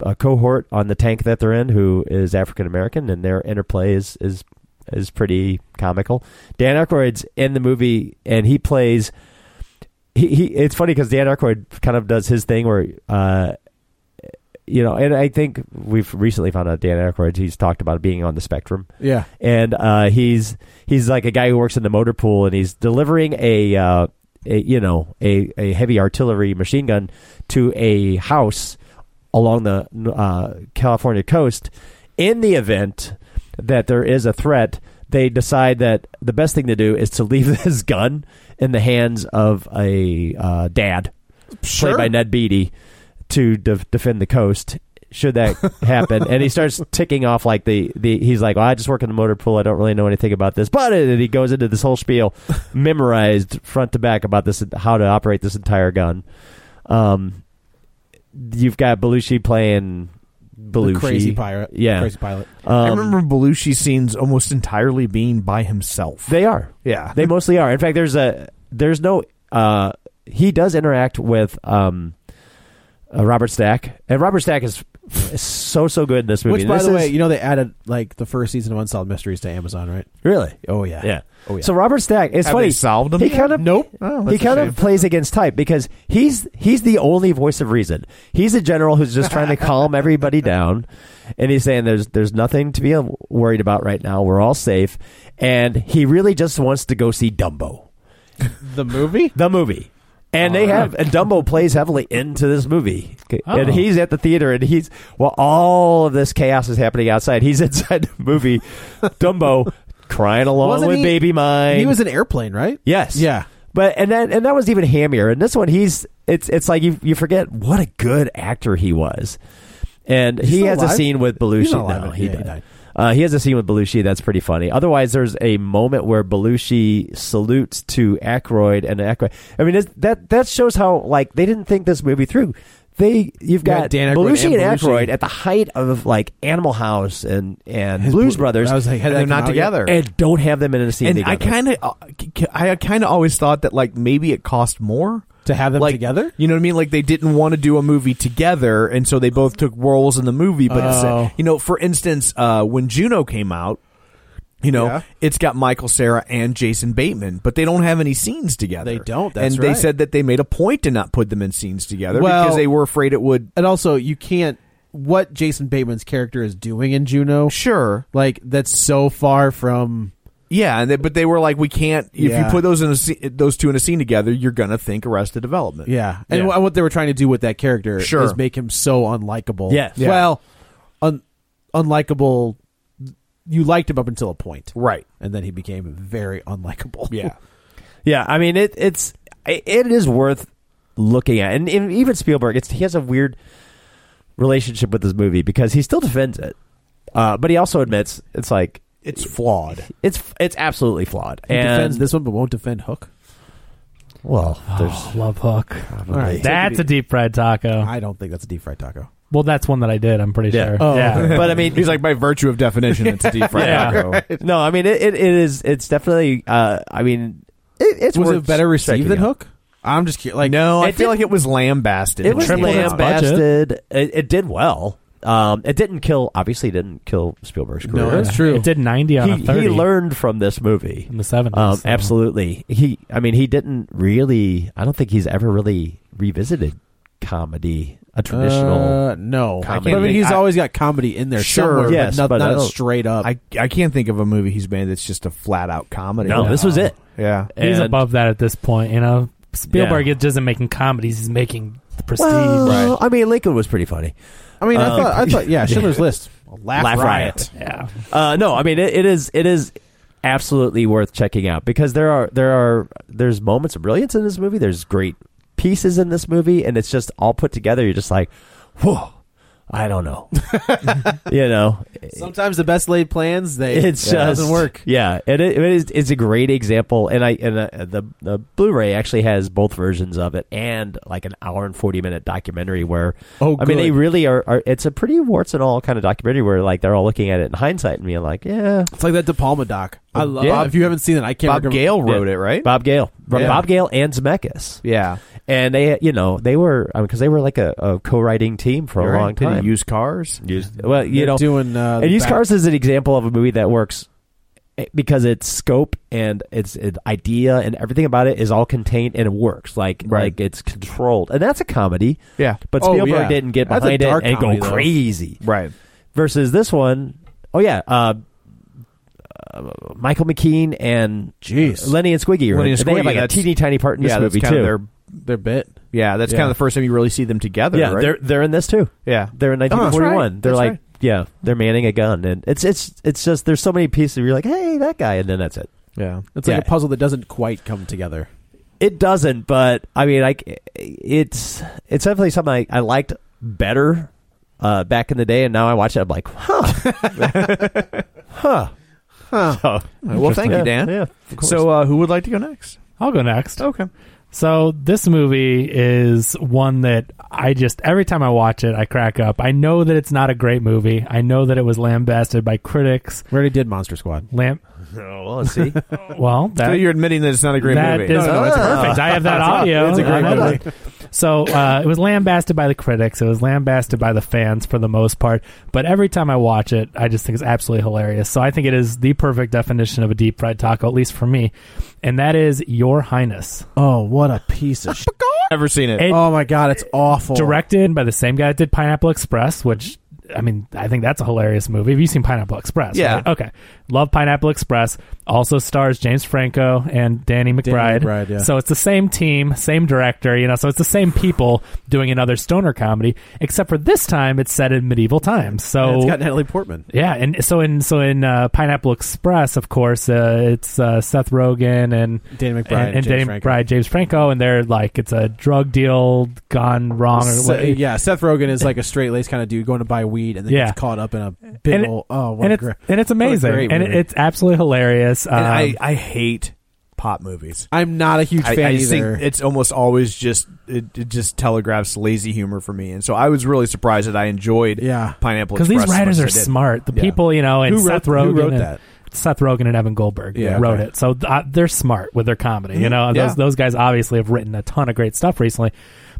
Speaker 4: a cohort on the tank that they're in who is African American, and their interplay is is is pretty comical. Dan Aykroyd's in the movie, and he plays. He, he it's funny because Dan Aykroyd kind of does his thing where. Uh, you know, and I think we've recently found out Dan Aykroyd. He's talked about being on the spectrum,
Speaker 3: Yeah.
Speaker 4: and uh, he's he's like a guy who works in the motor pool, and he's delivering a, uh, a you know a, a heavy artillery machine gun to a house along the uh, California coast. In the event that there is a threat, they decide that the best thing to do is to leave this gun in the hands of a uh, dad
Speaker 3: Sure.
Speaker 4: played by Ned Beatty, to de- defend the coast. Should that happen, and he starts ticking off like the, the he's like, well, I just work in the motor pool. I don't really know anything about this, but and he goes into this whole spiel, memorized front to back about this how to operate this entire gun. Um, you've got Belushi playing Belushi,
Speaker 3: The crazy pirate.
Speaker 4: Yeah,
Speaker 3: Crazy pilot.
Speaker 1: I
Speaker 4: Um,
Speaker 1: remember Belushi scenes almost entirely being by himself.
Speaker 4: they are.
Speaker 1: yeah,
Speaker 4: They mostly are. In fact, there's a there's no uh he does interact with um uh, Robert Stack. And Robert Stack is is so so good in this movie.
Speaker 3: Which, by
Speaker 4: This
Speaker 3: the
Speaker 4: is-
Speaker 3: way, you know they added like the first season of Unsolved Mysteries to Amazon, right?
Speaker 4: really?
Speaker 3: Oh yeah.
Speaker 4: Yeah.
Speaker 3: Oh yeah.
Speaker 4: So Robert Stack, it's
Speaker 1: Have
Speaker 4: funny.
Speaker 1: they solved them
Speaker 4: He
Speaker 1: yet?
Speaker 4: kind of
Speaker 1: Nope. Oh,
Speaker 4: he
Speaker 1: that's a
Speaker 4: kind
Speaker 1: shame.
Speaker 4: of plays against type because he's he's the only voice of reason. He's a general who's just trying to calm everybody down, and he's saying there's there's nothing to be worried about right now. We're all safe, and he really just wants to go see Dumbo.
Speaker 3: the movie.
Speaker 4: the movie. And they have and Dumbo plays heavily into this movie, and
Speaker 2: Oh.
Speaker 4: he's at the theater, and he's while all of this chaos is happening outside, he's inside the movie. Dumbo crying along
Speaker 3: Wasn't
Speaker 4: with
Speaker 3: he-
Speaker 4: Baby Mine.
Speaker 3: He was an airplane, right?
Speaker 4: yes,
Speaker 3: Yeah.
Speaker 4: but and that and that was even hammier. And this one, he's it's it's like you you forget what a good actor he was, and he
Speaker 3: still
Speaker 4: has a
Speaker 3: alive?
Speaker 4: scene with Belushi.
Speaker 3: He's not alive.
Speaker 4: No, he,
Speaker 3: Yeah, he
Speaker 4: died.
Speaker 3: died.
Speaker 4: Uh, he has a scene with Belushi that's pretty funny. Otherwise, there's a moment where Belushi salutes to Aykroyd and Aykroyd. I mean, it's, that that shows how like they didn't think this movie through. They you've
Speaker 3: Yeah,
Speaker 4: got
Speaker 3: Dan Aykroyd
Speaker 4: Belushi and
Speaker 3: and Belushi.
Speaker 4: Aykroyd at the height of like Animal House and and Blues Brothers.
Speaker 3: I was like, had
Speaker 1: And
Speaker 3: that
Speaker 1: they're
Speaker 3: come
Speaker 1: not
Speaker 3: out yet?
Speaker 1: together.
Speaker 4: and don't have them in a scene.
Speaker 1: and
Speaker 4: together.
Speaker 1: I kind of, uh, c- c- I kind of always thought that like maybe it cost more
Speaker 3: To have them
Speaker 1: like,
Speaker 3: together?
Speaker 1: You know what I mean? Like they didn't want to do a movie together, and so they both took roles in the movie. But it's, uh,
Speaker 3: Oh.
Speaker 1: you know, for instance, uh, when Juno came out. You know,
Speaker 3: Yeah.
Speaker 1: it's got Michael Sarah and Jason Bateman, but they don't have any scenes together.
Speaker 3: They don't, that's
Speaker 1: and they
Speaker 3: right.
Speaker 1: said that they made a point to not put them in scenes together
Speaker 3: Well-
Speaker 1: because they were afraid it would.
Speaker 3: And also, you can't. What Jason Bateman's character is doing in Juno,
Speaker 1: Sure,
Speaker 3: like that's so far from.
Speaker 1: yeah, and they, but they were like, we can't. If
Speaker 3: Yeah.
Speaker 1: you put those in a, sce- those two in a scene together, you're gonna think Arrested Development.
Speaker 3: Yeah, and
Speaker 1: Yeah.
Speaker 3: wha- what they were trying to do with that character
Speaker 1: Sure.
Speaker 3: is make him so unlikable.
Speaker 4: Yes. Yeah.
Speaker 3: Well, un- unlikable. You liked him up until a point,
Speaker 1: right.
Speaker 3: and then he became very unlikable.
Speaker 1: Yeah.
Speaker 4: Yeah, I mean it. It's it it is worth looking at, and even even Spielberg. It's he has a weird relationship with this movie because he still defends it, uh, but he also admits it's like
Speaker 1: It's flawed.
Speaker 4: it's it's absolutely flawed.
Speaker 3: he
Speaker 4: and
Speaker 3: defends this one, but won't defend Hook.
Speaker 4: well, there's
Speaker 2: Oh, love Hook.
Speaker 3: All right,
Speaker 2: That's a deep fried taco.
Speaker 3: I don't think that's a deep fried taco.
Speaker 2: Well, that's one that I did. I'm pretty
Speaker 4: Yeah.
Speaker 2: sure.
Speaker 3: Oh,
Speaker 2: yeah.
Speaker 3: okay.
Speaker 4: but I mean
Speaker 1: He's like, by virtue of definition, it's a deep fried
Speaker 2: Yeah.
Speaker 1: taco.
Speaker 4: no, I mean it, it, it is it's definitely uh, I mean it, it's
Speaker 3: was
Speaker 4: worth
Speaker 3: it better
Speaker 4: checking
Speaker 3: received than
Speaker 4: out.
Speaker 3: Hook? I'm just curious. Like
Speaker 1: No, I
Speaker 4: It
Speaker 1: feel
Speaker 4: did-
Speaker 1: like it was lambasted.
Speaker 4: It was
Speaker 1: Triple
Speaker 2: its budget.
Speaker 4: lambasted. It, it did well. Um, it didn't kill. Obviously, it didn't kill Spielberg's career.
Speaker 3: No, that's true.
Speaker 2: It did 90 on
Speaker 4: he,
Speaker 2: a 30
Speaker 4: he learned from this movie
Speaker 2: in the 70s.
Speaker 4: um,
Speaker 2: so.
Speaker 4: absolutely he i mean he didn't really i don't think he's ever really revisited comedy a traditional
Speaker 3: Uh, no, I,
Speaker 4: comedy.
Speaker 3: can't think- he's
Speaker 4: I-
Speaker 3: always got comedy in there
Speaker 4: Sure,
Speaker 3: somewhere,
Speaker 4: yes,
Speaker 3: but not,
Speaker 4: but I
Speaker 3: not a
Speaker 4: don't-
Speaker 3: straight up.
Speaker 1: I, I can't think of a movie he's made that's just a flat out comedy.
Speaker 4: no this was it
Speaker 1: Yeah.
Speaker 2: He's
Speaker 4: And-
Speaker 2: above that at this point, you know. Spielberg
Speaker 4: Yeah.
Speaker 2: is isn't making comedies; he's making the prestige.
Speaker 4: well, i mean lincoln was pretty funny
Speaker 3: I mean, I
Speaker 4: Um,
Speaker 3: thought, I thought, yeah, Schindler's List, Laugh,
Speaker 4: Laugh
Speaker 3: Riot.
Speaker 2: Yeah,
Speaker 4: uh, no i mean it, it is it is absolutely worth checking out because there are there are there's moments of brilliance in this movie there's great pieces in this movie and it's just all put together you're just like whoa i don't know you know
Speaker 3: Sometimes the best laid plans they
Speaker 4: it's just
Speaker 3: it doesn't work.
Speaker 4: Yeah, and it, it is, it's a great example. And I and uh, the the Blu-ray actually has both versions of it and like an hour and forty minute documentary where
Speaker 3: Oh,
Speaker 4: I mean they
Speaker 3: good.
Speaker 4: really are, are. It's a pretty warts and all kind of documentary where like they're all looking at it in hindsight and being like, yeah,
Speaker 3: It's like that De Palma doc. I love.
Speaker 4: Yeah.
Speaker 3: Oh, Bob, if you haven't seen it, I can't.
Speaker 1: Bob
Speaker 3: recommend-
Speaker 1: Gale wrote it, right?
Speaker 4: Bob Gale,
Speaker 1: Yeah.
Speaker 4: Bob Gale and Zemeckis,
Speaker 1: yeah.
Speaker 4: and they you know they were because I mean 'cause they were like a, a co-writing team for
Speaker 1: You're
Speaker 4: a
Speaker 1: right.
Speaker 4: long
Speaker 1: Did he
Speaker 4: time.
Speaker 1: use cars?
Speaker 4: Used- well, you
Speaker 3: They're
Speaker 4: know,
Speaker 3: doing uh, the
Speaker 4: and used
Speaker 3: back-
Speaker 4: cars is an example of a movie that works eh, because its scope and its, its idea and everything about it is all contained and it works like
Speaker 1: Right.
Speaker 4: like it's controlled and that's a comedy
Speaker 1: Yeah.
Speaker 4: but
Speaker 3: Oh,
Speaker 4: Spielberg
Speaker 3: yeah.
Speaker 4: didn't get
Speaker 3: That's a
Speaker 4: behind it
Speaker 3: dark
Speaker 4: and
Speaker 3: comedy,
Speaker 4: go
Speaker 3: though.
Speaker 4: crazy
Speaker 1: Right.
Speaker 4: versus this one oh yeah uh, uh, Michael McKean and uh,
Speaker 3: Jeez.
Speaker 4: Lenny and
Speaker 1: Lenny
Speaker 4: Squiggy, right?
Speaker 1: and
Speaker 4: they have
Speaker 1: Squiggy,
Speaker 4: like a
Speaker 1: that's-
Speaker 4: teeny tiny part in this
Speaker 1: yeah, that's
Speaker 4: movie
Speaker 1: kind
Speaker 4: too.
Speaker 1: of their
Speaker 3: Their bit.
Speaker 1: Yeah, that's
Speaker 3: Yeah.
Speaker 1: kind of the first time you really see them together,
Speaker 4: yeah,
Speaker 1: right?
Speaker 4: they're they're in this too.
Speaker 1: yeah.
Speaker 4: They're in
Speaker 1: Oh, that's right.
Speaker 4: 1941. They're
Speaker 1: That's
Speaker 4: like,
Speaker 1: right.
Speaker 4: yeah, they're manning a gun, and it's it's it's just there's so many pieces. Where you're like, hey, that guy, and then that's it.
Speaker 1: yeah.
Speaker 3: It's like
Speaker 4: Yeah.
Speaker 3: a puzzle that doesn't quite come together.
Speaker 4: It doesn't, but I mean, I c- it's it's definitely something I, I liked better uh, back in the day, and now I watch it, I'm like, huh, huh, huh.
Speaker 1: Well, thank you, Dan.
Speaker 4: Yeah,
Speaker 1: So, uh, who would like to go next?
Speaker 2: I'll go next.
Speaker 1: Okay.
Speaker 2: So this movie is one that I just every time I watch it, I crack up. I know that it's not a great movie. I know that it was lambasted by critics.
Speaker 3: We already did Monster Squad.
Speaker 2: Lamp.
Speaker 4: Oh, well, see,
Speaker 2: Well, that,
Speaker 1: so you're admitting that it's not a great
Speaker 2: Uh, That
Speaker 1: movie.
Speaker 2: is- no, it's perfect. I have that audio.
Speaker 3: It's a great
Speaker 2: I know
Speaker 3: movie.
Speaker 2: that. So uh, it was lambasted by the critics. It was lambasted by the fans for the most part. But every time I watch it, I just think it's absolutely hilarious. So I think it is the perfect definition of a deep fried taco, at least for me. And that is Your Highness,
Speaker 3: Oh, what a piece of shit.
Speaker 1: Never seen it.
Speaker 2: It-
Speaker 3: Oh my god, it's awful.
Speaker 2: directed by the same guy that did Pineapple Express, which. I mean, I think that's a hilarious movie. Have you seen Pineapple Express?
Speaker 1: Yeah.
Speaker 2: right? Okay. Love Pineapple Express. Also stars James Franco and Danny McBride.
Speaker 3: McBride, yeah.
Speaker 2: So it's the same team, same director, you know, so it's the same people doing another stoner comedy, except for this time it's set in medieval times.
Speaker 3: And
Speaker 2: So
Speaker 3: it's got Natalie Portman.
Speaker 2: yeah, and so in so in uh, Pineapple Express, of course, uh, it's uh, Seth Rogen and
Speaker 3: Danny McBride
Speaker 2: and,
Speaker 3: and James
Speaker 2: Danny
Speaker 3: Franco.
Speaker 2: McBride, James Franco, and they're like it's a drug deal gone wrong. Or
Speaker 3: Se-
Speaker 2: what-
Speaker 3: yeah, Seth Rogen is like a straight laced kind of dude going to buy weed and then
Speaker 2: Yeah.
Speaker 3: gets caught up in a big
Speaker 2: And it-
Speaker 3: ol' oh what
Speaker 2: and
Speaker 3: a
Speaker 2: it's
Speaker 3: gra-
Speaker 2: and it's
Speaker 3: what a
Speaker 2: amazing,
Speaker 3: great
Speaker 2: and
Speaker 3: movie.
Speaker 2: it's absolutely hilarious. Um,
Speaker 1: And I, I hate pop movies.
Speaker 3: I'm not a huge
Speaker 1: I,
Speaker 3: fan
Speaker 1: I just
Speaker 3: either.
Speaker 1: think it's almost always just it, it just telegraphs lazy humor for me, and so I was really surprised that I enjoyed
Speaker 3: Yeah.
Speaker 1: Pineapple
Speaker 2: because
Speaker 1: Express
Speaker 2: these
Speaker 1: as much
Speaker 2: writers
Speaker 1: as
Speaker 2: are
Speaker 1: I did.
Speaker 2: smart. The
Speaker 1: Yeah.
Speaker 2: people, you know, and
Speaker 3: Who wrote-
Speaker 2: Seth Rogen
Speaker 3: who wrote
Speaker 2: and-
Speaker 3: that?
Speaker 2: Seth Rogen and Evan Goldberg
Speaker 3: Yeah,
Speaker 2: wrote
Speaker 3: okay. Mm-hmm.
Speaker 2: it, so th- uh, they're smart with their comedy. You know,
Speaker 1: yeah.
Speaker 2: those those guys obviously have written a ton of great stuff recently.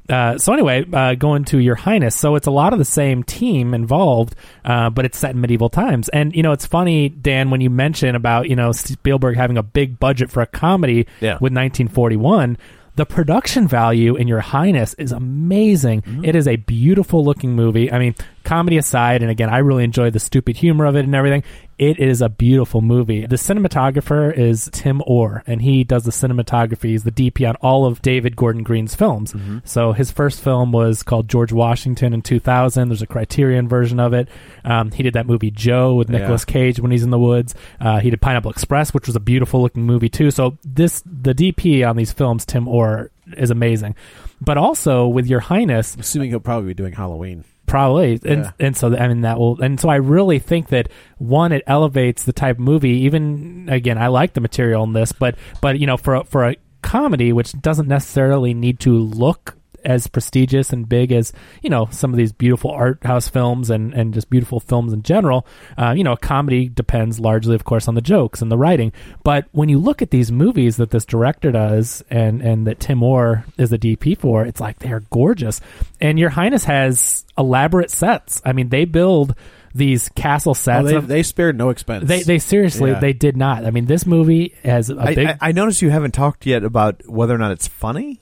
Speaker 2: Uh, so anyway, uh, going to Your Highness, so it's a lot of the same team involved, uh, but it's set in medieval times. And you know, it's funny, Dan, when you mention about you know Spielberg having a big budget for a comedy
Speaker 4: Yeah.
Speaker 2: with 1941. The production value in Your Highness is amazing. It is a beautiful looking movie. I mean, comedy aside, and again, I really enjoy the stupid humor of it and everything. It is a beautiful movie. The cinematographer is Tim Orr, and he does the cinematography. He's the DP on all of David Gordon Green's films. So his first film was called George Washington in 2000. There's a Criterion version of it. Um, he did that movie Joe with Nicolas Cage when he's in the woods. Uh, he did Pineapple Express, which was a beautiful looking movie too. So this the DP on these films, Tim Orr, is amazing. But also with Your Highness,
Speaker 3: assuming he'll probably be doing Halloween.
Speaker 2: probably and
Speaker 3: Yeah.
Speaker 2: and so I mean that will and so I really think that one it elevates the type of movie even again I like the material in this but but you know for a, for a comedy which doesn't necessarily need to look as prestigious and big as you know some of these beautiful art house films and and just beautiful films in general. Uh, you know, comedy depends largely, of course, on the jokes and the writing. But when you look at these movies that this director does and and that Tim Orr is the DP for, it's like they are gorgeous. And Your Highness has elaborate sets. I mean, they build these castle
Speaker 3: Oh,
Speaker 2: sets.
Speaker 3: they,
Speaker 2: of-
Speaker 3: they spared no expense.
Speaker 2: they, they seriously
Speaker 3: Yeah.
Speaker 2: they did not. I mean, this movie has a
Speaker 1: I,
Speaker 2: big.
Speaker 1: I, I noticed you haven't talked yet about whether or not it's funny.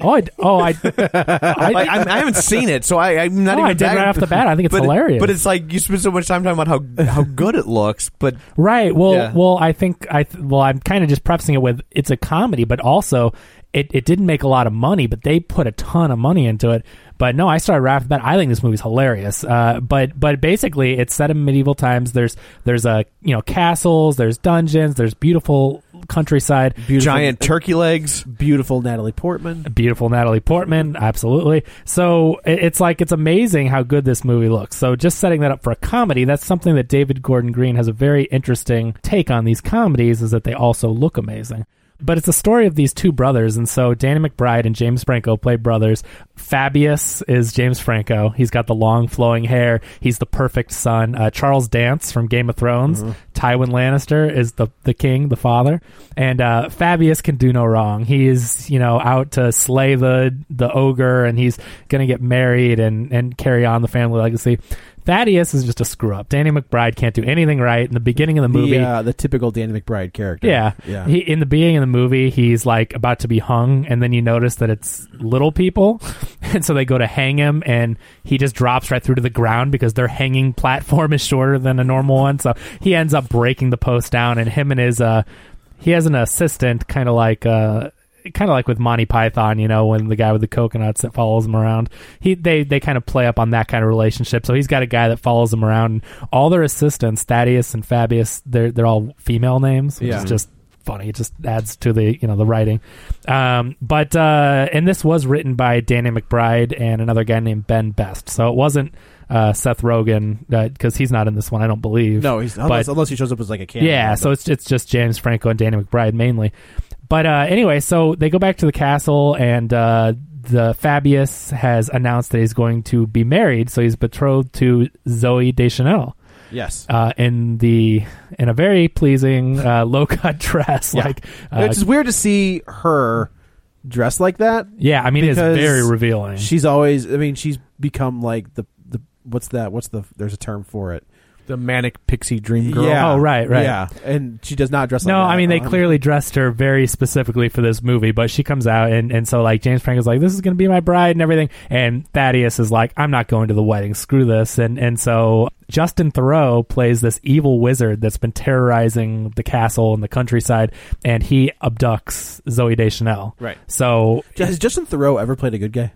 Speaker 2: oh, I, oh, I, I,
Speaker 1: Like, I'm, I haven't seen it, so I, I'm not
Speaker 2: No,
Speaker 1: even.
Speaker 2: I did
Speaker 1: that-
Speaker 2: right off the bat. I think it's
Speaker 1: but,
Speaker 2: hilarious.
Speaker 1: But it's like you spend so much time talking about how how good it looks, but
Speaker 2: right. Well,
Speaker 1: Yeah.
Speaker 2: well, I think I th- well, I'm kind of just prefacing it with it's a comedy, but also it, it didn't make a lot of money, but they put a ton of money into it. But no, I started right off the bat. I think this movie's hilarious. Uh, but but basically, it's set in medieval times. There's there's a you know castles, there's dungeons, there's beautiful countryside,
Speaker 1: giant turkey legs.
Speaker 3: beautiful Natalie Portman.
Speaker 2: beautiful Natalie Portman, absolutely. So it- it's like it's amazing how good this movie looks. So just setting that up for a comedy, that's something that David Gordon Green has a very interesting take on these comedies is that they also look amazing. But it's the story of these two brothers, and so Danny McBride and James Franco play brothers. Fabius is James Franco. He's got the long flowing hair. He's the perfect son. Uh, Charles Dance from Game of Thrones. Tywin Lannister is the the king, the father, and uh, Fabius can do no wrong. He is you know out to slay the the ogre, and he's gonna get married and and carry on the family legacy. Thaddeus is just a screw up. Danny McBride can't do anything right in the beginning of the movie.
Speaker 3: The, uh, the typical Danny McBride character.
Speaker 2: Yeah.
Speaker 3: yeah.
Speaker 2: He, in the beginning of the movie, he's like about to be hung, and then you notice that it's little people. And so they go to hang him, and he just drops right through to the ground because their hanging platform is shorter than a normal one. So he ends up breaking the post down, and him and his, uh, he has an assistant kind of like, uh, Kind of like with Monty Python, you know, when the guy with the coconuts that follows him around, he they they kind of play up on that kind of relationship. So he's got a guy that follows him around. And all their assistants, Thaddeus and Fabius, they're they're all female names, which
Speaker 3: Yeah.
Speaker 2: is just funny. It just adds to the you know the writing. Um, but uh, and this was written by Danny McBride and another guy named Ben Best, so it wasn't uh, Seth Rogen because he's not in this one, I don't believe.
Speaker 3: No, he's unless,
Speaker 2: But-
Speaker 3: unless he shows up as like a cameo.
Speaker 2: yeah, so it's it's just James Franco and Danny McBride mainly. But uh, anyway, so they go back to the castle, and uh, the Fabius has announced that he's going to be married, so he's betrothed to Zoe Deschanel
Speaker 3: yes,
Speaker 2: uh, in the in a very pleasing uh, low cut dress,
Speaker 3: Yeah.
Speaker 2: like uh,
Speaker 3: it's just weird to see her dressed like that.
Speaker 2: yeah. I mean, it's
Speaker 3: because
Speaker 2: very revealing.
Speaker 3: She's always. I mean, she's become like the the what's that? What's the? There's a term for it.
Speaker 1: The manic pixie dream girl.
Speaker 3: Yeah.
Speaker 2: Oh, right, right.
Speaker 3: Yeah, and she does not dress.
Speaker 2: no,
Speaker 3: like that
Speaker 2: I mean they
Speaker 3: Um,
Speaker 2: clearly dressed her very specifically for this movie, but she comes out and, and so like James Franco's like, This is gonna be my bride and everything and Thaddeus is like, I'm not going to the wedding, screw this and and so Justin Thoreau plays this evil wizard that's been terrorizing the castle and the countryside and he abducts Zoe Deschanel.
Speaker 3: Right.
Speaker 2: So
Speaker 3: Has Justin Thoreau ever played a good guy?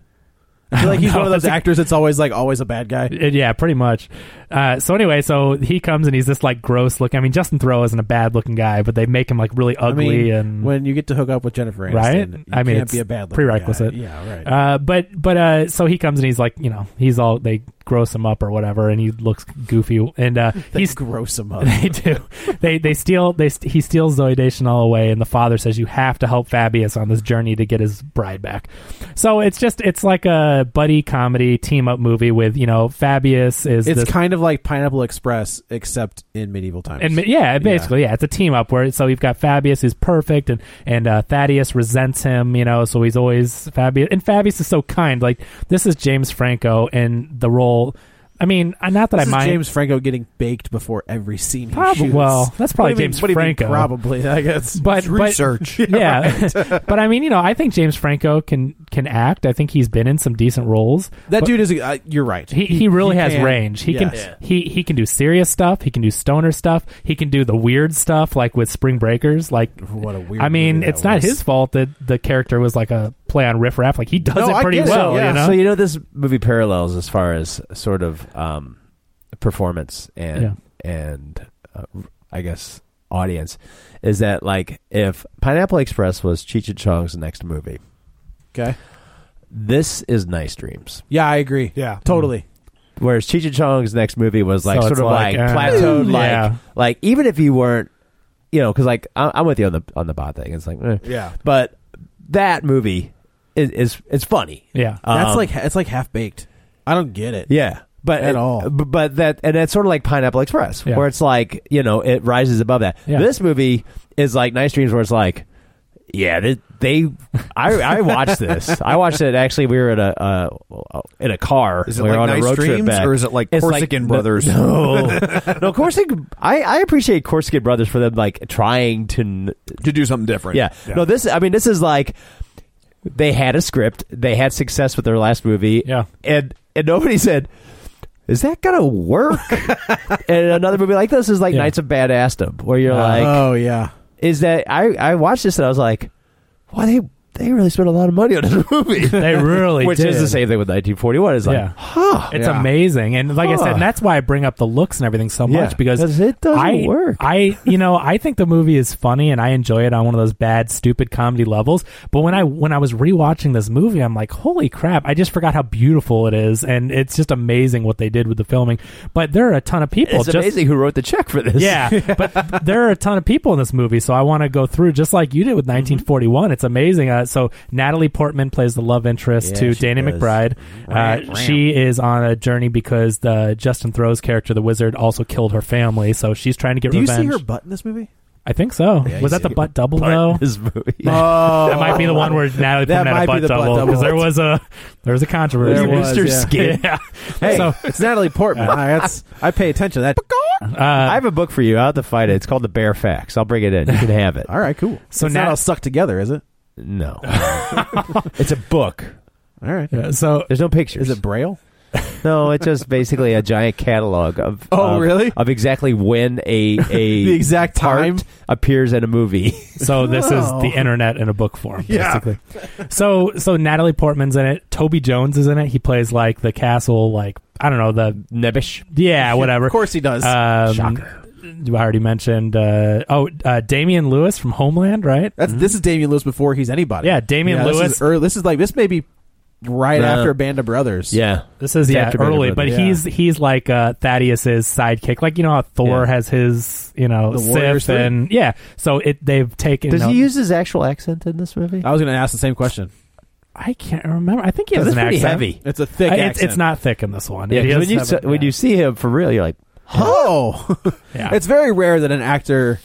Speaker 3: I feel like
Speaker 2: don't
Speaker 3: he's
Speaker 2: know.
Speaker 3: one of those
Speaker 2: That's a-
Speaker 3: actors that's always like always a bad guy.
Speaker 2: Uh, Yeah, pretty much. Uh, so anyway, so he comes and he's this like gross looking. I mean, Justin Thoreau isn't a bad looking guy, but they make him like really
Speaker 3: I
Speaker 2: ugly
Speaker 3: mean,
Speaker 2: and
Speaker 3: when you get to hook up with Jennifer Aniston,
Speaker 2: Right?
Speaker 3: you
Speaker 2: I mean,
Speaker 3: can't
Speaker 2: it's
Speaker 3: be a bad looking
Speaker 2: prerequisite.
Speaker 3: guy. Yeah, right.
Speaker 2: Uh, but but uh, so he comes and he's like, you know, he's all they gross him up or whatever, and he looks goofy, and uh,
Speaker 3: he's
Speaker 2: he's
Speaker 3: gross him up.
Speaker 2: they do they they steal they st- he steals Zoe Deschanel away, and the father says you have to help Fabius on this journey to get his bride back. So it's just it's like a buddy comedy team up movie with you know Fabius is
Speaker 3: It's
Speaker 2: this
Speaker 3: kind of like Pineapple Express, except in medieval times.
Speaker 2: and ma- yeah, basically, yeah. it's a team up where so you've got Fabius who's perfect, and and uh, Thaddeus resents him, you know, so he's always Fabius, and Fabius is so kind. Like this is James Franco and the role. I mean, uh, not that
Speaker 3: This
Speaker 2: I
Speaker 3: is
Speaker 2: mind.
Speaker 3: James Franco getting baked before every scene. he
Speaker 2: Probably-
Speaker 3: shoots.
Speaker 2: well, that's probably
Speaker 3: What do you mean-
Speaker 2: James
Speaker 3: what do you mean
Speaker 2: Franco.
Speaker 3: Probably, I guess.
Speaker 2: but but-
Speaker 1: Research.
Speaker 2: yeah, but I mean, you know, I think James Franco can can act. I think he's been in some decent roles.
Speaker 3: that
Speaker 2: but-
Speaker 3: dude is. Uh, you're right.
Speaker 2: He, he really has
Speaker 3: can-
Speaker 2: range. He
Speaker 3: yes.
Speaker 2: can he he can do serious stuff. He can do stoner stuff. He can do the weird stuff like with Spring Breakers. Like
Speaker 3: What a weird
Speaker 2: I mean,
Speaker 3: movie that
Speaker 2: it's not
Speaker 3: was.
Speaker 2: his fault that the character was like a play on riff raff. Like he does
Speaker 3: No, I
Speaker 2: it pretty
Speaker 3: get it,
Speaker 2: well.
Speaker 3: yeah.
Speaker 2: You know.
Speaker 4: So you know this movie parallels as far as sort of um, performance and
Speaker 2: Yeah.
Speaker 4: and uh, I guess audience is that like if Pineapple Express was Cheech and Chong's next movie,
Speaker 3: Okay.
Speaker 4: this is Nice Dreams.
Speaker 3: Yeah, I agree.
Speaker 1: Yeah.
Speaker 3: totally.
Speaker 2: Mm.
Speaker 4: Whereas Cheech and Chong's next movie was like
Speaker 2: So
Speaker 4: sort
Speaker 2: it's
Speaker 4: of like,
Speaker 2: like, uh,
Speaker 4: plateaued, like
Speaker 2: yeah.
Speaker 4: like even if you weren't, you know, because like I- I'm with you on the on the bot thing. It's like eh.
Speaker 1: Yeah.
Speaker 4: but that movie is is, is funny.
Speaker 2: Yeah. Uh,
Speaker 3: That's
Speaker 4: Um,
Speaker 3: like it's like half baked. I don't get it.
Speaker 4: Yeah. But
Speaker 3: At all.
Speaker 4: b- but that and that's sort of like Pineapple Express,
Speaker 2: Yeah.
Speaker 4: where it's like you know it rises above that.
Speaker 2: Yeah.
Speaker 4: This movie is like Nice Dreams, where it's like, yeah, they, they I I watched this. I watched it actually. We were in a uh, in a car.
Speaker 1: Is it
Speaker 4: we were
Speaker 1: like
Speaker 4: on
Speaker 1: Nice
Speaker 4: a road
Speaker 1: Dreams,
Speaker 4: trip back.
Speaker 1: or is it like
Speaker 4: It's
Speaker 1: Corsican
Speaker 4: no-
Speaker 1: Brothers?
Speaker 4: No, no, Corsican. I I appreciate Corsican Brothers for them like trying to n-
Speaker 1: to do something different.
Speaker 4: yeah. No, this. I mean, this is like they had a script. They had success with their last movie.
Speaker 2: Yeah.
Speaker 4: And and nobody said, "Is that gonna work?" and another movie like this is like
Speaker 2: Yeah. Uh,
Speaker 4: Knights of Badassdom, where you're like,
Speaker 3: oh yeah.
Speaker 4: "Is that?" I I watched this and I was like, "Why they they really spent a lot of money on this movie."
Speaker 2: They really
Speaker 4: Which
Speaker 2: did.
Speaker 4: is the same thing with 1941. It's like,
Speaker 2: Yeah.
Speaker 4: huh?
Speaker 2: It's
Speaker 3: Yeah.
Speaker 2: amazing, and like I said,
Speaker 4: Huh.
Speaker 2: and that's why I bring up the looks and everything so
Speaker 4: Yeah,
Speaker 2: much because
Speaker 4: 'cause it doesn't
Speaker 2: I,
Speaker 4: work.
Speaker 2: I, you know, I think the movie is funny, and I enjoy it on one of those bad, stupid comedy levels. But when I when I was rewatching this movie, I'm like, holy crap! I just forgot how beautiful it is, and it's just amazing what they did with the filming. But there are a ton of people.
Speaker 4: It's
Speaker 2: just,
Speaker 4: amazing who wrote the check for this.
Speaker 2: Yeah, but there are a ton of people in this movie, so I want to go through just like you did
Speaker 3: Mm-hmm.
Speaker 2: with 1941. It's amazing. Uh, so Natalie Portman plays the love interest
Speaker 4: Yeah,
Speaker 2: to
Speaker 4: she
Speaker 2: Danny
Speaker 4: does.
Speaker 2: McBride.
Speaker 3: Mm-hmm.
Speaker 2: Uh, she is on a journey because the Justin Throw's character, the wizard, also killed her family, so she's trying to get
Speaker 3: Do you
Speaker 2: revenge.
Speaker 3: see her butt in this movie?
Speaker 2: I think so. Was that the butt double though?
Speaker 4: This movie.
Speaker 2: Uh,
Speaker 3: Oh,
Speaker 2: That might be the one where Natalie
Speaker 3: That
Speaker 2: Portman had a
Speaker 3: might
Speaker 2: butt
Speaker 3: be the butt
Speaker 2: double because
Speaker 3: double.
Speaker 2: there was a there was a controversy.
Speaker 3: There was, Mr. yeah.
Speaker 4: Skin.
Speaker 2: Yeah.
Speaker 3: Hey,
Speaker 2: So, uh,
Speaker 3: it's Natalie Portman. I, that's I pay attention to that.
Speaker 4: I have a book for you. I'll have to find it. It's called The Bare Facts. I'll bring it in. You can have it.
Speaker 3: All right, cool.
Speaker 2: So
Speaker 3: So it's
Speaker 2: Nat-
Speaker 3: not all stuck together, is it?
Speaker 4: No. it's a book.
Speaker 3: All right.
Speaker 2: yeah, so
Speaker 4: There's no pictures.
Speaker 3: Is it braille?
Speaker 4: no, it's just basically a giant catalog of
Speaker 3: Oh,
Speaker 4: of-
Speaker 3: really?
Speaker 4: of exactly when a a
Speaker 3: The exact
Speaker 4: part
Speaker 3: time?
Speaker 4: appears in a movie.
Speaker 2: So this is the internet in a book form, basically. So so Natalie Portman's in it. Toby Jones is in it. He plays like the castle, like I don't know the
Speaker 4: Nebbish.
Speaker 2: yeah whatever.
Speaker 3: Of course he does.
Speaker 2: Um, I already mentioned. Uh, oh, uh, Damian Lewis from Homeland, right?
Speaker 3: That's this is Damian Lewis before he's anybody.
Speaker 2: Yeah, Damian
Speaker 3: Uh, this
Speaker 2: Lewis-
Speaker 3: is early- this is like this may be right
Speaker 4: No.
Speaker 3: after Band of Brothers.
Speaker 4: Yeah.
Speaker 2: This is
Speaker 4: It's
Speaker 2: yeah
Speaker 4: after Band of
Speaker 2: early, but
Speaker 4: Brothers.
Speaker 2: he's he's like uh, Thaddeus's sidekick, like you know how Thor
Speaker 4: Yeah.
Speaker 2: has his you know
Speaker 3: The Warriors
Speaker 2: Sif and yeah. So it they've taken.
Speaker 4: Does
Speaker 2: you know-
Speaker 4: he use his actual accent in this movie?
Speaker 3: I was going to ask the same question.
Speaker 2: I can't remember. I think he has
Speaker 4: Because
Speaker 2: an
Speaker 4: it's pretty
Speaker 2: accent.
Speaker 4: heavy.
Speaker 3: It's a thick
Speaker 2: Uh, It's,
Speaker 3: accent.
Speaker 2: it's not thick in this one.
Speaker 4: Yeah,
Speaker 2: It
Speaker 4: 'cause when
Speaker 2: is
Speaker 4: you
Speaker 2: heavy,
Speaker 4: s- when
Speaker 2: yeah.
Speaker 4: you see him for real, you're like,
Speaker 3: Oh,
Speaker 2: Yeah.
Speaker 3: it's very rare that an actor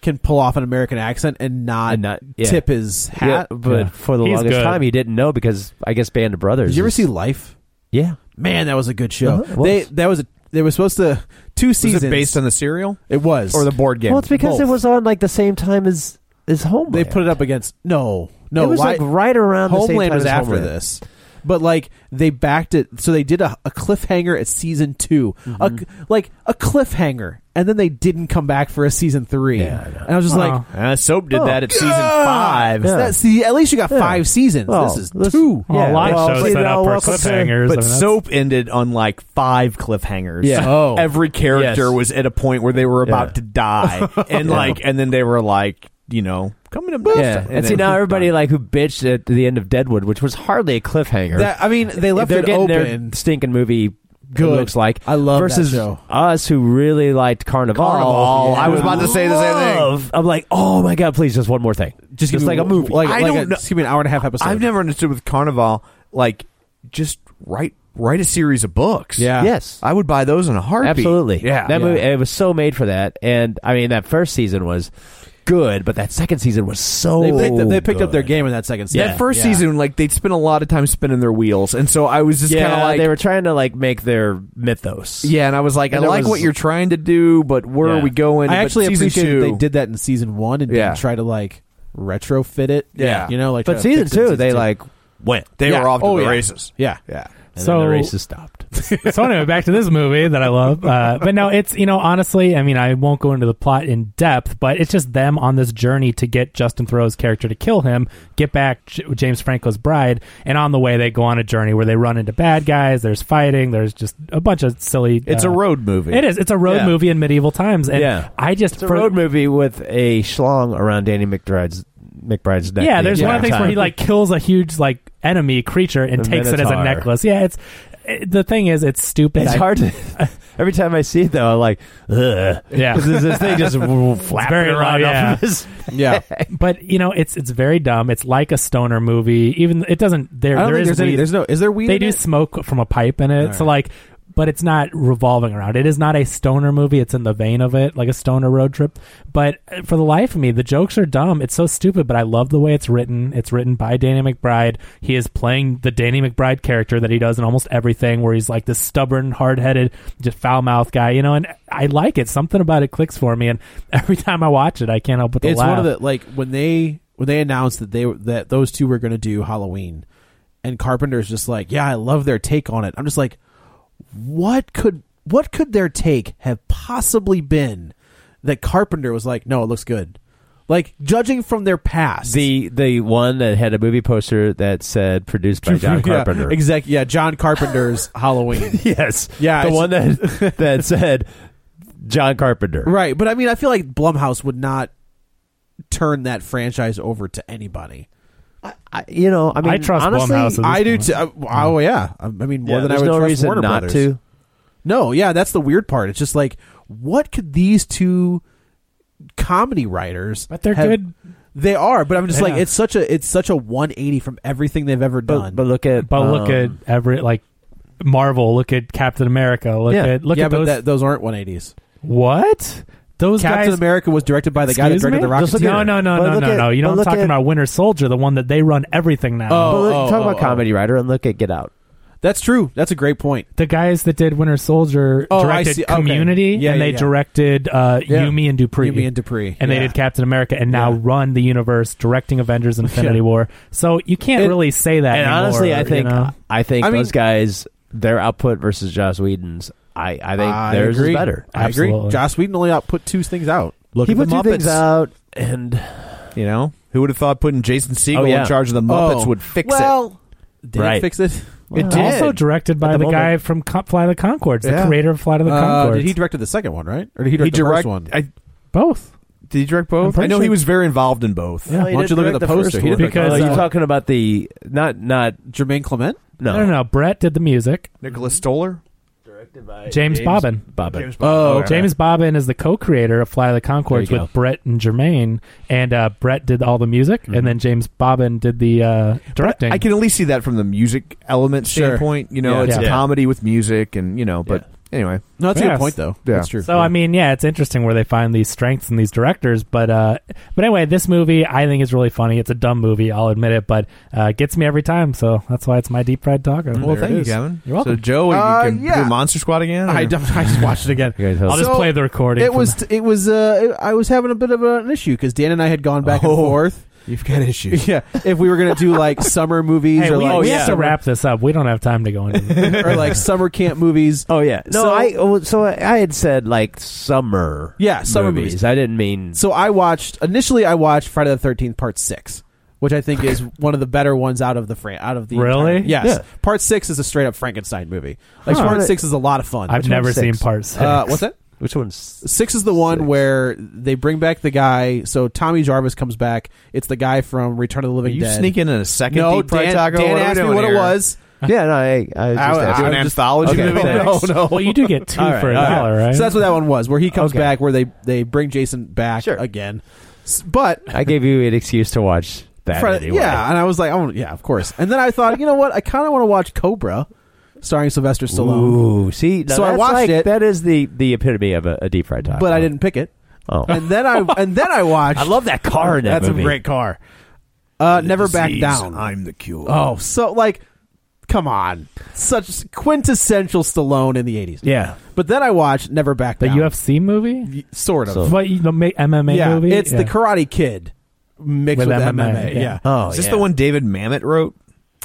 Speaker 3: can pull off an American accent and not,
Speaker 4: And not- yeah.
Speaker 3: tip his hat.
Speaker 4: yeah, but
Speaker 2: Yeah.
Speaker 4: for the
Speaker 2: He's
Speaker 4: longest
Speaker 2: good.
Speaker 4: time, he didn't know because I guess Band of Brothers.
Speaker 3: Did you ever
Speaker 4: is-
Speaker 3: see Life?
Speaker 4: Yeah,
Speaker 3: Man, that was a good
Speaker 4: Uh-huh,
Speaker 3: show.
Speaker 4: it was.
Speaker 3: They that was a, they were supposed to two
Speaker 1: Is
Speaker 3: seasons
Speaker 1: it based on the serial
Speaker 3: It was
Speaker 1: or the board game?
Speaker 4: Well, it's because it was on like the same time as as Homeland.
Speaker 3: they put it up against no no
Speaker 4: it was
Speaker 3: why-
Speaker 4: like right around the same
Speaker 3: Homeland
Speaker 4: time
Speaker 3: was
Speaker 4: as
Speaker 3: after
Speaker 4: Homeland.
Speaker 3: this, but like they backed it, so they did a, a cliffhanger at season 2
Speaker 4: Mm-hmm.
Speaker 3: a, like a cliffhanger, and then they didn't come back for a season three.
Speaker 4: Yeah, I know.
Speaker 3: and I was just like,
Speaker 2: Wow.
Speaker 1: Uh, soap did
Speaker 4: Oh,
Speaker 1: that at season
Speaker 3: God!
Speaker 1: five.
Speaker 4: Yeah.
Speaker 3: That, see, at least you got
Speaker 4: Yeah.
Speaker 3: five seasons.
Speaker 4: Well,
Speaker 3: this is two.
Speaker 2: Well, a lot of
Speaker 4: well,
Speaker 2: shows
Speaker 4: see,
Speaker 2: set
Speaker 4: now
Speaker 2: up for
Speaker 4: welcome to-
Speaker 2: cliffhangers.
Speaker 1: But
Speaker 2: I mean, that's-
Speaker 1: soap ended on like five cliffhangers.
Speaker 4: Yeah. Oh.
Speaker 1: Every character
Speaker 4: Yes.
Speaker 1: was at a point where they were about
Speaker 4: Yeah.
Speaker 1: to die, and
Speaker 4: Yeah.
Speaker 1: like, and then they were like, you know, coming to bust.
Speaker 4: Yeah, and, see now everybody like who bitched at the end of Deadwood, which was hardly a cliffhanger.
Speaker 3: That, I mean, they left
Speaker 4: They're
Speaker 3: it
Speaker 4: getting
Speaker 3: open.
Speaker 4: their stinking movie.
Speaker 3: Good.
Speaker 4: It looks like
Speaker 3: I love that
Speaker 4: versus
Speaker 3: show.
Speaker 4: us who really liked Carnival.
Speaker 3: Carnival, yeah.
Speaker 1: I was about to say the same thing.
Speaker 4: Love- I'm like, oh my god, please just one more thing, just,
Speaker 3: give me
Speaker 4: like a movie.
Speaker 3: Like,
Speaker 1: I
Speaker 3: like
Speaker 1: don't
Speaker 3: a,
Speaker 1: know-
Speaker 3: just give me an hour and a half episode.
Speaker 1: I've never understood with Carnival, like, just write write a series of books.
Speaker 3: Yeah.
Speaker 4: yes,
Speaker 1: I would buy those in a heartbeat.
Speaker 4: Absolutely.
Speaker 1: Yeah.
Speaker 4: That
Speaker 1: Yeah.
Speaker 4: movie it was so made for that. And I mean that first season was good, but that second season was so
Speaker 3: They picked, up, they picked up their
Speaker 4: Oh, good.
Speaker 3: game in that second season.
Speaker 4: Yeah.
Speaker 1: That first season, like they'd spend a lot of time spinning their wheels, and so I was just
Speaker 4: Yeah,
Speaker 1: kind of like,
Speaker 4: they were trying to like make their mythos.
Speaker 1: yeah, and I was like, I
Speaker 4: And there
Speaker 1: like
Speaker 4: was-
Speaker 1: what you're trying to do, but where are
Speaker 4: Yeah.
Speaker 1: we going?
Speaker 3: I
Speaker 1: But
Speaker 3: actually
Speaker 1: season
Speaker 3: appreciate
Speaker 1: two,
Speaker 3: that they did that in season one and
Speaker 1: Yeah.
Speaker 3: didn't try to like retrofit it.
Speaker 1: Yeah.
Speaker 3: you know, like
Speaker 4: But
Speaker 3: try to
Speaker 4: season
Speaker 3: fix it in
Speaker 4: two, they
Speaker 3: two.
Speaker 4: like went.
Speaker 1: They
Speaker 3: Yeah.
Speaker 1: were off to
Speaker 3: Oh,
Speaker 1: the
Speaker 3: yeah.
Speaker 1: races.
Speaker 3: yeah.
Speaker 1: Yeah.
Speaker 4: And
Speaker 2: So-
Speaker 4: then the races stopped.
Speaker 2: so anyway, back to this movie that I love. Uh, but no, it's you know honestly, I mean, I won't go into the plot in depth, but it's just them on this journey to get Justin Thoreau's character to kill him, get back J- James Franco's bride, and on the way they go on a journey where they run into bad guys. There's fighting. There's just a bunch of silly.
Speaker 1: It's
Speaker 2: uh,
Speaker 1: a road movie.
Speaker 2: It is. It's a road
Speaker 4: Yeah.
Speaker 2: movie in medieval times, and
Speaker 4: Yeah.
Speaker 2: I just
Speaker 4: It's a road movie with a schlong around Danny McBride's McBride's neck.
Speaker 2: Yeah,
Speaker 4: the
Speaker 2: there's one of
Speaker 4: entire
Speaker 2: the things where he
Speaker 4: time.
Speaker 2: like kills a huge like enemy creature and
Speaker 4: The
Speaker 2: takes it as a
Speaker 4: Minotaur.
Speaker 2: necklace. Yeah, it's it- the thing is, it's stupid.
Speaker 4: It's
Speaker 2: I-
Speaker 4: hard to. Every time I see it, though, I'm like, ugh.
Speaker 2: Yeah.
Speaker 4: 'Cause This, this thing just flapping
Speaker 2: very loud,
Speaker 4: around
Speaker 2: yeah.
Speaker 4: up in his-
Speaker 3: Yeah,
Speaker 2: but you know, it's it's very dumb. It's like a stoner movie. Even it doesn't. There
Speaker 3: I don't
Speaker 2: there
Speaker 3: think
Speaker 2: is
Speaker 3: there's any.
Speaker 2: weed.
Speaker 3: There's no. Is there weed?
Speaker 2: they
Speaker 3: in
Speaker 2: do
Speaker 3: it?
Speaker 2: smoke from a pipe in it. So like, but it's not revolving around. It is not a stoner movie. It's in the vein of it, like a stoner road trip. But uh, for the life of me, the jokes are dumb. It's so stupid. But I love the way it's written. It's written by Danny McBride. He is playing the Danny McBride character that he does in almost everything, where he's like this stubborn, hard headed, just foul mouthed guy. You know, and I like it. Something about it clicks for me. And every time I watch it, I can't help but to
Speaker 3: it's
Speaker 2: laugh.
Speaker 3: one of the like when they when they announced that they were that those two were going to do Halloween, and Carpenter's just like, yeah, I love their take on it. I'm just like, what could what could their take have possibly been that Carpenter was like, no, it looks good. Like judging from their past,
Speaker 4: the the one that had a movie poster that said produced by John Carpenter.
Speaker 3: yeah, exactly, yeah, John Carpenter's Halloween,
Speaker 4: Yes.
Speaker 3: Yeah,
Speaker 4: The
Speaker 3: it's-
Speaker 4: one that that said John Carpenter.
Speaker 3: right? But I mean, I feel like Blumhouse would not turn that franchise over to anybody.
Speaker 4: I, you know, I mean,
Speaker 2: I trust
Speaker 4: honestly,
Speaker 2: Blumhouse.
Speaker 3: I do. T- uh, oh yeah, I I mean more
Speaker 4: yeah,
Speaker 3: than I
Speaker 4: there's
Speaker 3: would
Speaker 4: no
Speaker 3: trust
Speaker 4: reason
Speaker 3: Warner
Speaker 4: not
Speaker 3: Brothers.
Speaker 4: to.
Speaker 3: No, yeah, that's the weird part. It's just like, what could these two comedy writers?
Speaker 2: But they're good.
Speaker 3: They are, but I'm just like,
Speaker 2: Yeah.
Speaker 3: it's such a it's such a 180 from everything they've ever done.
Speaker 4: But, but look at
Speaker 2: but look
Speaker 4: um,
Speaker 2: at every like. Marvel, look at Captain America, look
Speaker 4: Yeah.
Speaker 2: at look
Speaker 3: yeah,
Speaker 2: at
Speaker 3: but
Speaker 2: those
Speaker 3: that, those aren't 180s.
Speaker 2: What? Those
Speaker 3: Captain
Speaker 2: guys.
Speaker 3: America was directed by the guy that
Speaker 2: Excuse
Speaker 3: directed
Speaker 2: me?
Speaker 3: the
Speaker 4: Just
Speaker 3: Rocketeer.
Speaker 4: look at-
Speaker 2: no, no, no,
Speaker 4: But
Speaker 2: no,
Speaker 4: look
Speaker 2: no,
Speaker 4: at-
Speaker 2: no. You know
Speaker 4: but
Speaker 2: I'm
Speaker 4: look
Speaker 2: talking
Speaker 4: at-
Speaker 2: about Winter Soldier, the one that they run everything now.
Speaker 4: But look,
Speaker 3: Oh,
Speaker 4: talk
Speaker 3: oh,
Speaker 4: about
Speaker 3: oh.
Speaker 4: comedy writer and look at Get Out.
Speaker 3: That's true. That's a great point.
Speaker 2: The guys that did Winter Soldier
Speaker 3: Oh, I
Speaker 2: directed
Speaker 3: see. Okay.
Speaker 2: Community,
Speaker 3: Yeah,
Speaker 2: and
Speaker 3: yeah,
Speaker 2: they
Speaker 3: yeah.
Speaker 2: directed uh,
Speaker 3: Yeah.
Speaker 2: Yumi and Dupree.
Speaker 3: Yumi and Dupree,
Speaker 2: And
Speaker 3: yeah.
Speaker 2: they did Captain America, and now
Speaker 3: Yeah.
Speaker 2: run the universe, directing Avengers: Infinity
Speaker 3: Yeah.
Speaker 2: War. So you can't
Speaker 3: And-
Speaker 2: really say that.
Speaker 4: and
Speaker 2: anymore,
Speaker 4: honestly, I
Speaker 2: you
Speaker 4: think
Speaker 2: know?
Speaker 4: I think
Speaker 3: I mean-
Speaker 4: those guys, their output versus Joss Whedon's, I I think
Speaker 3: I
Speaker 4: theirs
Speaker 3: agree.
Speaker 4: is better.
Speaker 3: I agree.
Speaker 2: Absolutely.
Speaker 3: Joss Whedon only out put two things out. Look
Speaker 4: he
Speaker 3: at the
Speaker 4: put two things
Speaker 3: Muppets.
Speaker 4: out, and
Speaker 1: You know, who would have thought putting Jason Segel
Speaker 4: Oh, yeah.
Speaker 1: in charge of the Muppets would fix it?
Speaker 3: well, did
Speaker 4: Right.
Speaker 3: it fix it?
Speaker 1: It did.
Speaker 2: also directed by
Speaker 4: the
Speaker 2: the,
Speaker 4: moment-
Speaker 2: guy from Co- Fly the Concords, the
Speaker 1: Yeah.
Speaker 2: creator of Fly to the
Speaker 3: Uh,
Speaker 2: Concords.
Speaker 3: did he directed the second one, right? Or did he direct
Speaker 1: he
Speaker 3: the
Speaker 1: direct,
Speaker 3: first one?
Speaker 1: I,
Speaker 2: both?
Speaker 1: did he direct
Speaker 2: I'm
Speaker 1: both?
Speaker 2: pretty
Speaker 1: I know he
Speaker 2: sure-
Speaker 1: was very involved in both.
Speaker 4: Well, he
Speaker 3: Why don't
Speaker 4: didn't
Speaker 3: you look at
Speaker 4: direct
Speaker 3: the poster?
Speaker 4: first
Speaker 3: He
Speaker 4: one.
Speaker 3: didn't
Speaker 2: direct
Speaker 4: oh,
Speaker 2: the
Speaker 4: you're
Speaker 2: first
Speaker 4: talking about the not not
Speaker 3: Jermaine Clement.
Speaker 4: no
Speaker 2: I don't know. Brett did the music.
Speaker 1: Nicholas Stoller.
Speaker 2: James, Bobbin.
Speaker 4: Bobbin.
Speaker 3: Oh,
Speaker 2: James Bobbin is the co-creator of Fly the Concords
Speaker 4: There you
Speaker 2: with Brett and Jermaine, and uh, Brett did all the music, and then James Bobbin did the uh, directing.
Speaker 1: I can at least see that from the music element
Speaker 3: Sure.
Speaker 1: standpoint. You know,
Speaker 3: Yeah.
Speaker 1: it's a
Speaker 4: Yeah.
Speaker 1: comedy with music, and you know. But anyway,
Speaker 3: No, that's a
Speaker 2: Yes.
Speaker 3: good point though.
Speaker 1: Yeah.
Speaker 3: That's true.
Speaker 2: so I mean, yeah, it's interesting where they find these strengths in these directors, but uh, but anyway, this movie I think is really funny. It's a dumb movie, I'll admit it, but uh, it gets me every time, so that's why it's my deep fried taco.
Speaker 1: well, thank you, Kevin.
Speaker 2: You're
Speaker 1: So,
Speaker 2: welcome.
Speaker 1: Joe,
Speaker 3: Uh,
Speaker 1: you can
Speaker 3: yeah.
Speaker 1: do Monster Squad again.
Speaker 3: I,
Speaker 1: or-
Speaker 3: don't- I just watched it again.
Speaker 4: You guys
Speaker 2: I'll
Speaker 4: help.
Speaker 2: just
Speaker 3: So,
Speaker 2: play the recording.
Speaker 3: It
Speaker 2: from
Speaker 3: was it was uh it- I was having a bit of an issue because Dan and I had gone back and forth.
Speaker 1: You've got issues.
Speaker 3: Oh. Yeah, if we were gonna do like summer movies
Speaker 2: Hey,
Speaker 3: or
Speaker 2: we,
Speaker 3: like
Speaker 2: we
Speaker 3: summer,
Speaker 2: have to wrap this up. We don't have time to go into.
Speaker 3: or like summer camp movies.
Speaker 4: Oh yeah, no,
Speaker 3: So-
Speaker 4: I oh, so I had said like summer,
Speaker 3: Yeah, summer movies.
Speaker 4: I didn't mean
Speaker 3: So I watched initially. I watched Friday the Thirteenth Part Six, which I think is one of the better ones out of the fran- out of the
Speaker 2: Really?
Speaker 3: entire- yes.
Speaker 4: Yeah.
Speaker 3: Part Six is a straight up Frankenstein movie. Like
Speaker 2: Huh.
Speaker 3: Part Six is a lot of fun.
Speaker 2: I've
Speaker 4: Which one's
Speaker 2: never seen
Speaker 4: six?
Speaker 2: part six.
Speaker 3: uh, what's that?
Speaker 4: which one's
Speaker 3: Six is the one
Speaker 4: Six.
Speaker 3: where they bring back the guy. So Tommy Jarvis comes back. It's the guy from Return of the
Speaker 1: Are
Speaker 3: Living
Speaker 1: you
Speaker 3: Dead.
Speaker 1: sneaking in a second
Speaker 3: no,
Speaker 1: deep fried
Speaker 3: Dan,
Speaker 1: taco?
Speaker 3: Dan
Speaker 1: What are we
Speaker 3: asked me
Speaker 1: doing
Speaker 3: what it
Speaker 1: here?
Speaker 3: was.
Speaker 4: yeah. No, I I was just
Speaker 1: I, I,
Speaker 4: asking.
Speaker 1: an anthology
Speaker 4: okay,
Speaker 1: movie
Speaker 4: thanks.
Speaker 1: next? no.
Speaker 2: Well, you do get two
Speaker 4: All right,
Speaker 2: for a
Speaker 4: all right.
Speaker 2: dollar, right?
Speaker 3: So that's what that one was, where he comes
Speaker 2: Okay.
Speaker 3: back, where they they bring Jason back
Speaker 4: Sure.
Speaker 3: again. S- But
Speaker 4: I gave you an excuse to watch that.
Speaker 3: Friday,
Speaker 4: anyway.
Speaker 3: yeah, and I was like, oh yeah, of course. And then I thought, you know what? I kind of want to watch Cobra, starring Sylvester Stallone,
Speaker 4: Ooh, see, now
Speaker 3: So I
Speaker 4: that's
Speaker 3: watched
Speaker 4: like-
Speaker 3: it.
Speaker 4: That is the the epitome of a, a deep fried taco.
Speaker 3: but I didn't pick it.
Speaker 4: Oh,
Speaker 3: And then I and then I watched.
Speaker 4: I love that car in that
Speaker 3: That's
Speaker 4: movie.
Speaker 3: a great car. Uh, never back
Speaker 1: Disease,
Speaker 3: down.
Speaker 1: I'm the cure.
Speaker 3: Oh, so like, come on, such quintessential Stallone in the eighties.
Speaker 4: Yeah,
Speaker 3: But then I watched Never Back
Speaker 2: the
Speaker 3: Down.
Speaker 2: UFC movie.
Speaker 3: Y- sort of.
Speaker 4: So-
Speaker 2: What you know, ma- MMA
Speaker 3: yeah,
Speaker 2: movie?
Speaker 3: it's
Speaker 2: Yeah.
Speaker 3: the Karate Kid mixed with,
Speaker 2: With
Speaker 3: MMA.
Speaker 2: MMA,
Speaker 3: Yeah.
Speaker 2: yeah.
Speaker 4: Oh,
Speaker 1: Is this
Speaker 4: yeah.
Speaker 1: the one David Mamet wrote?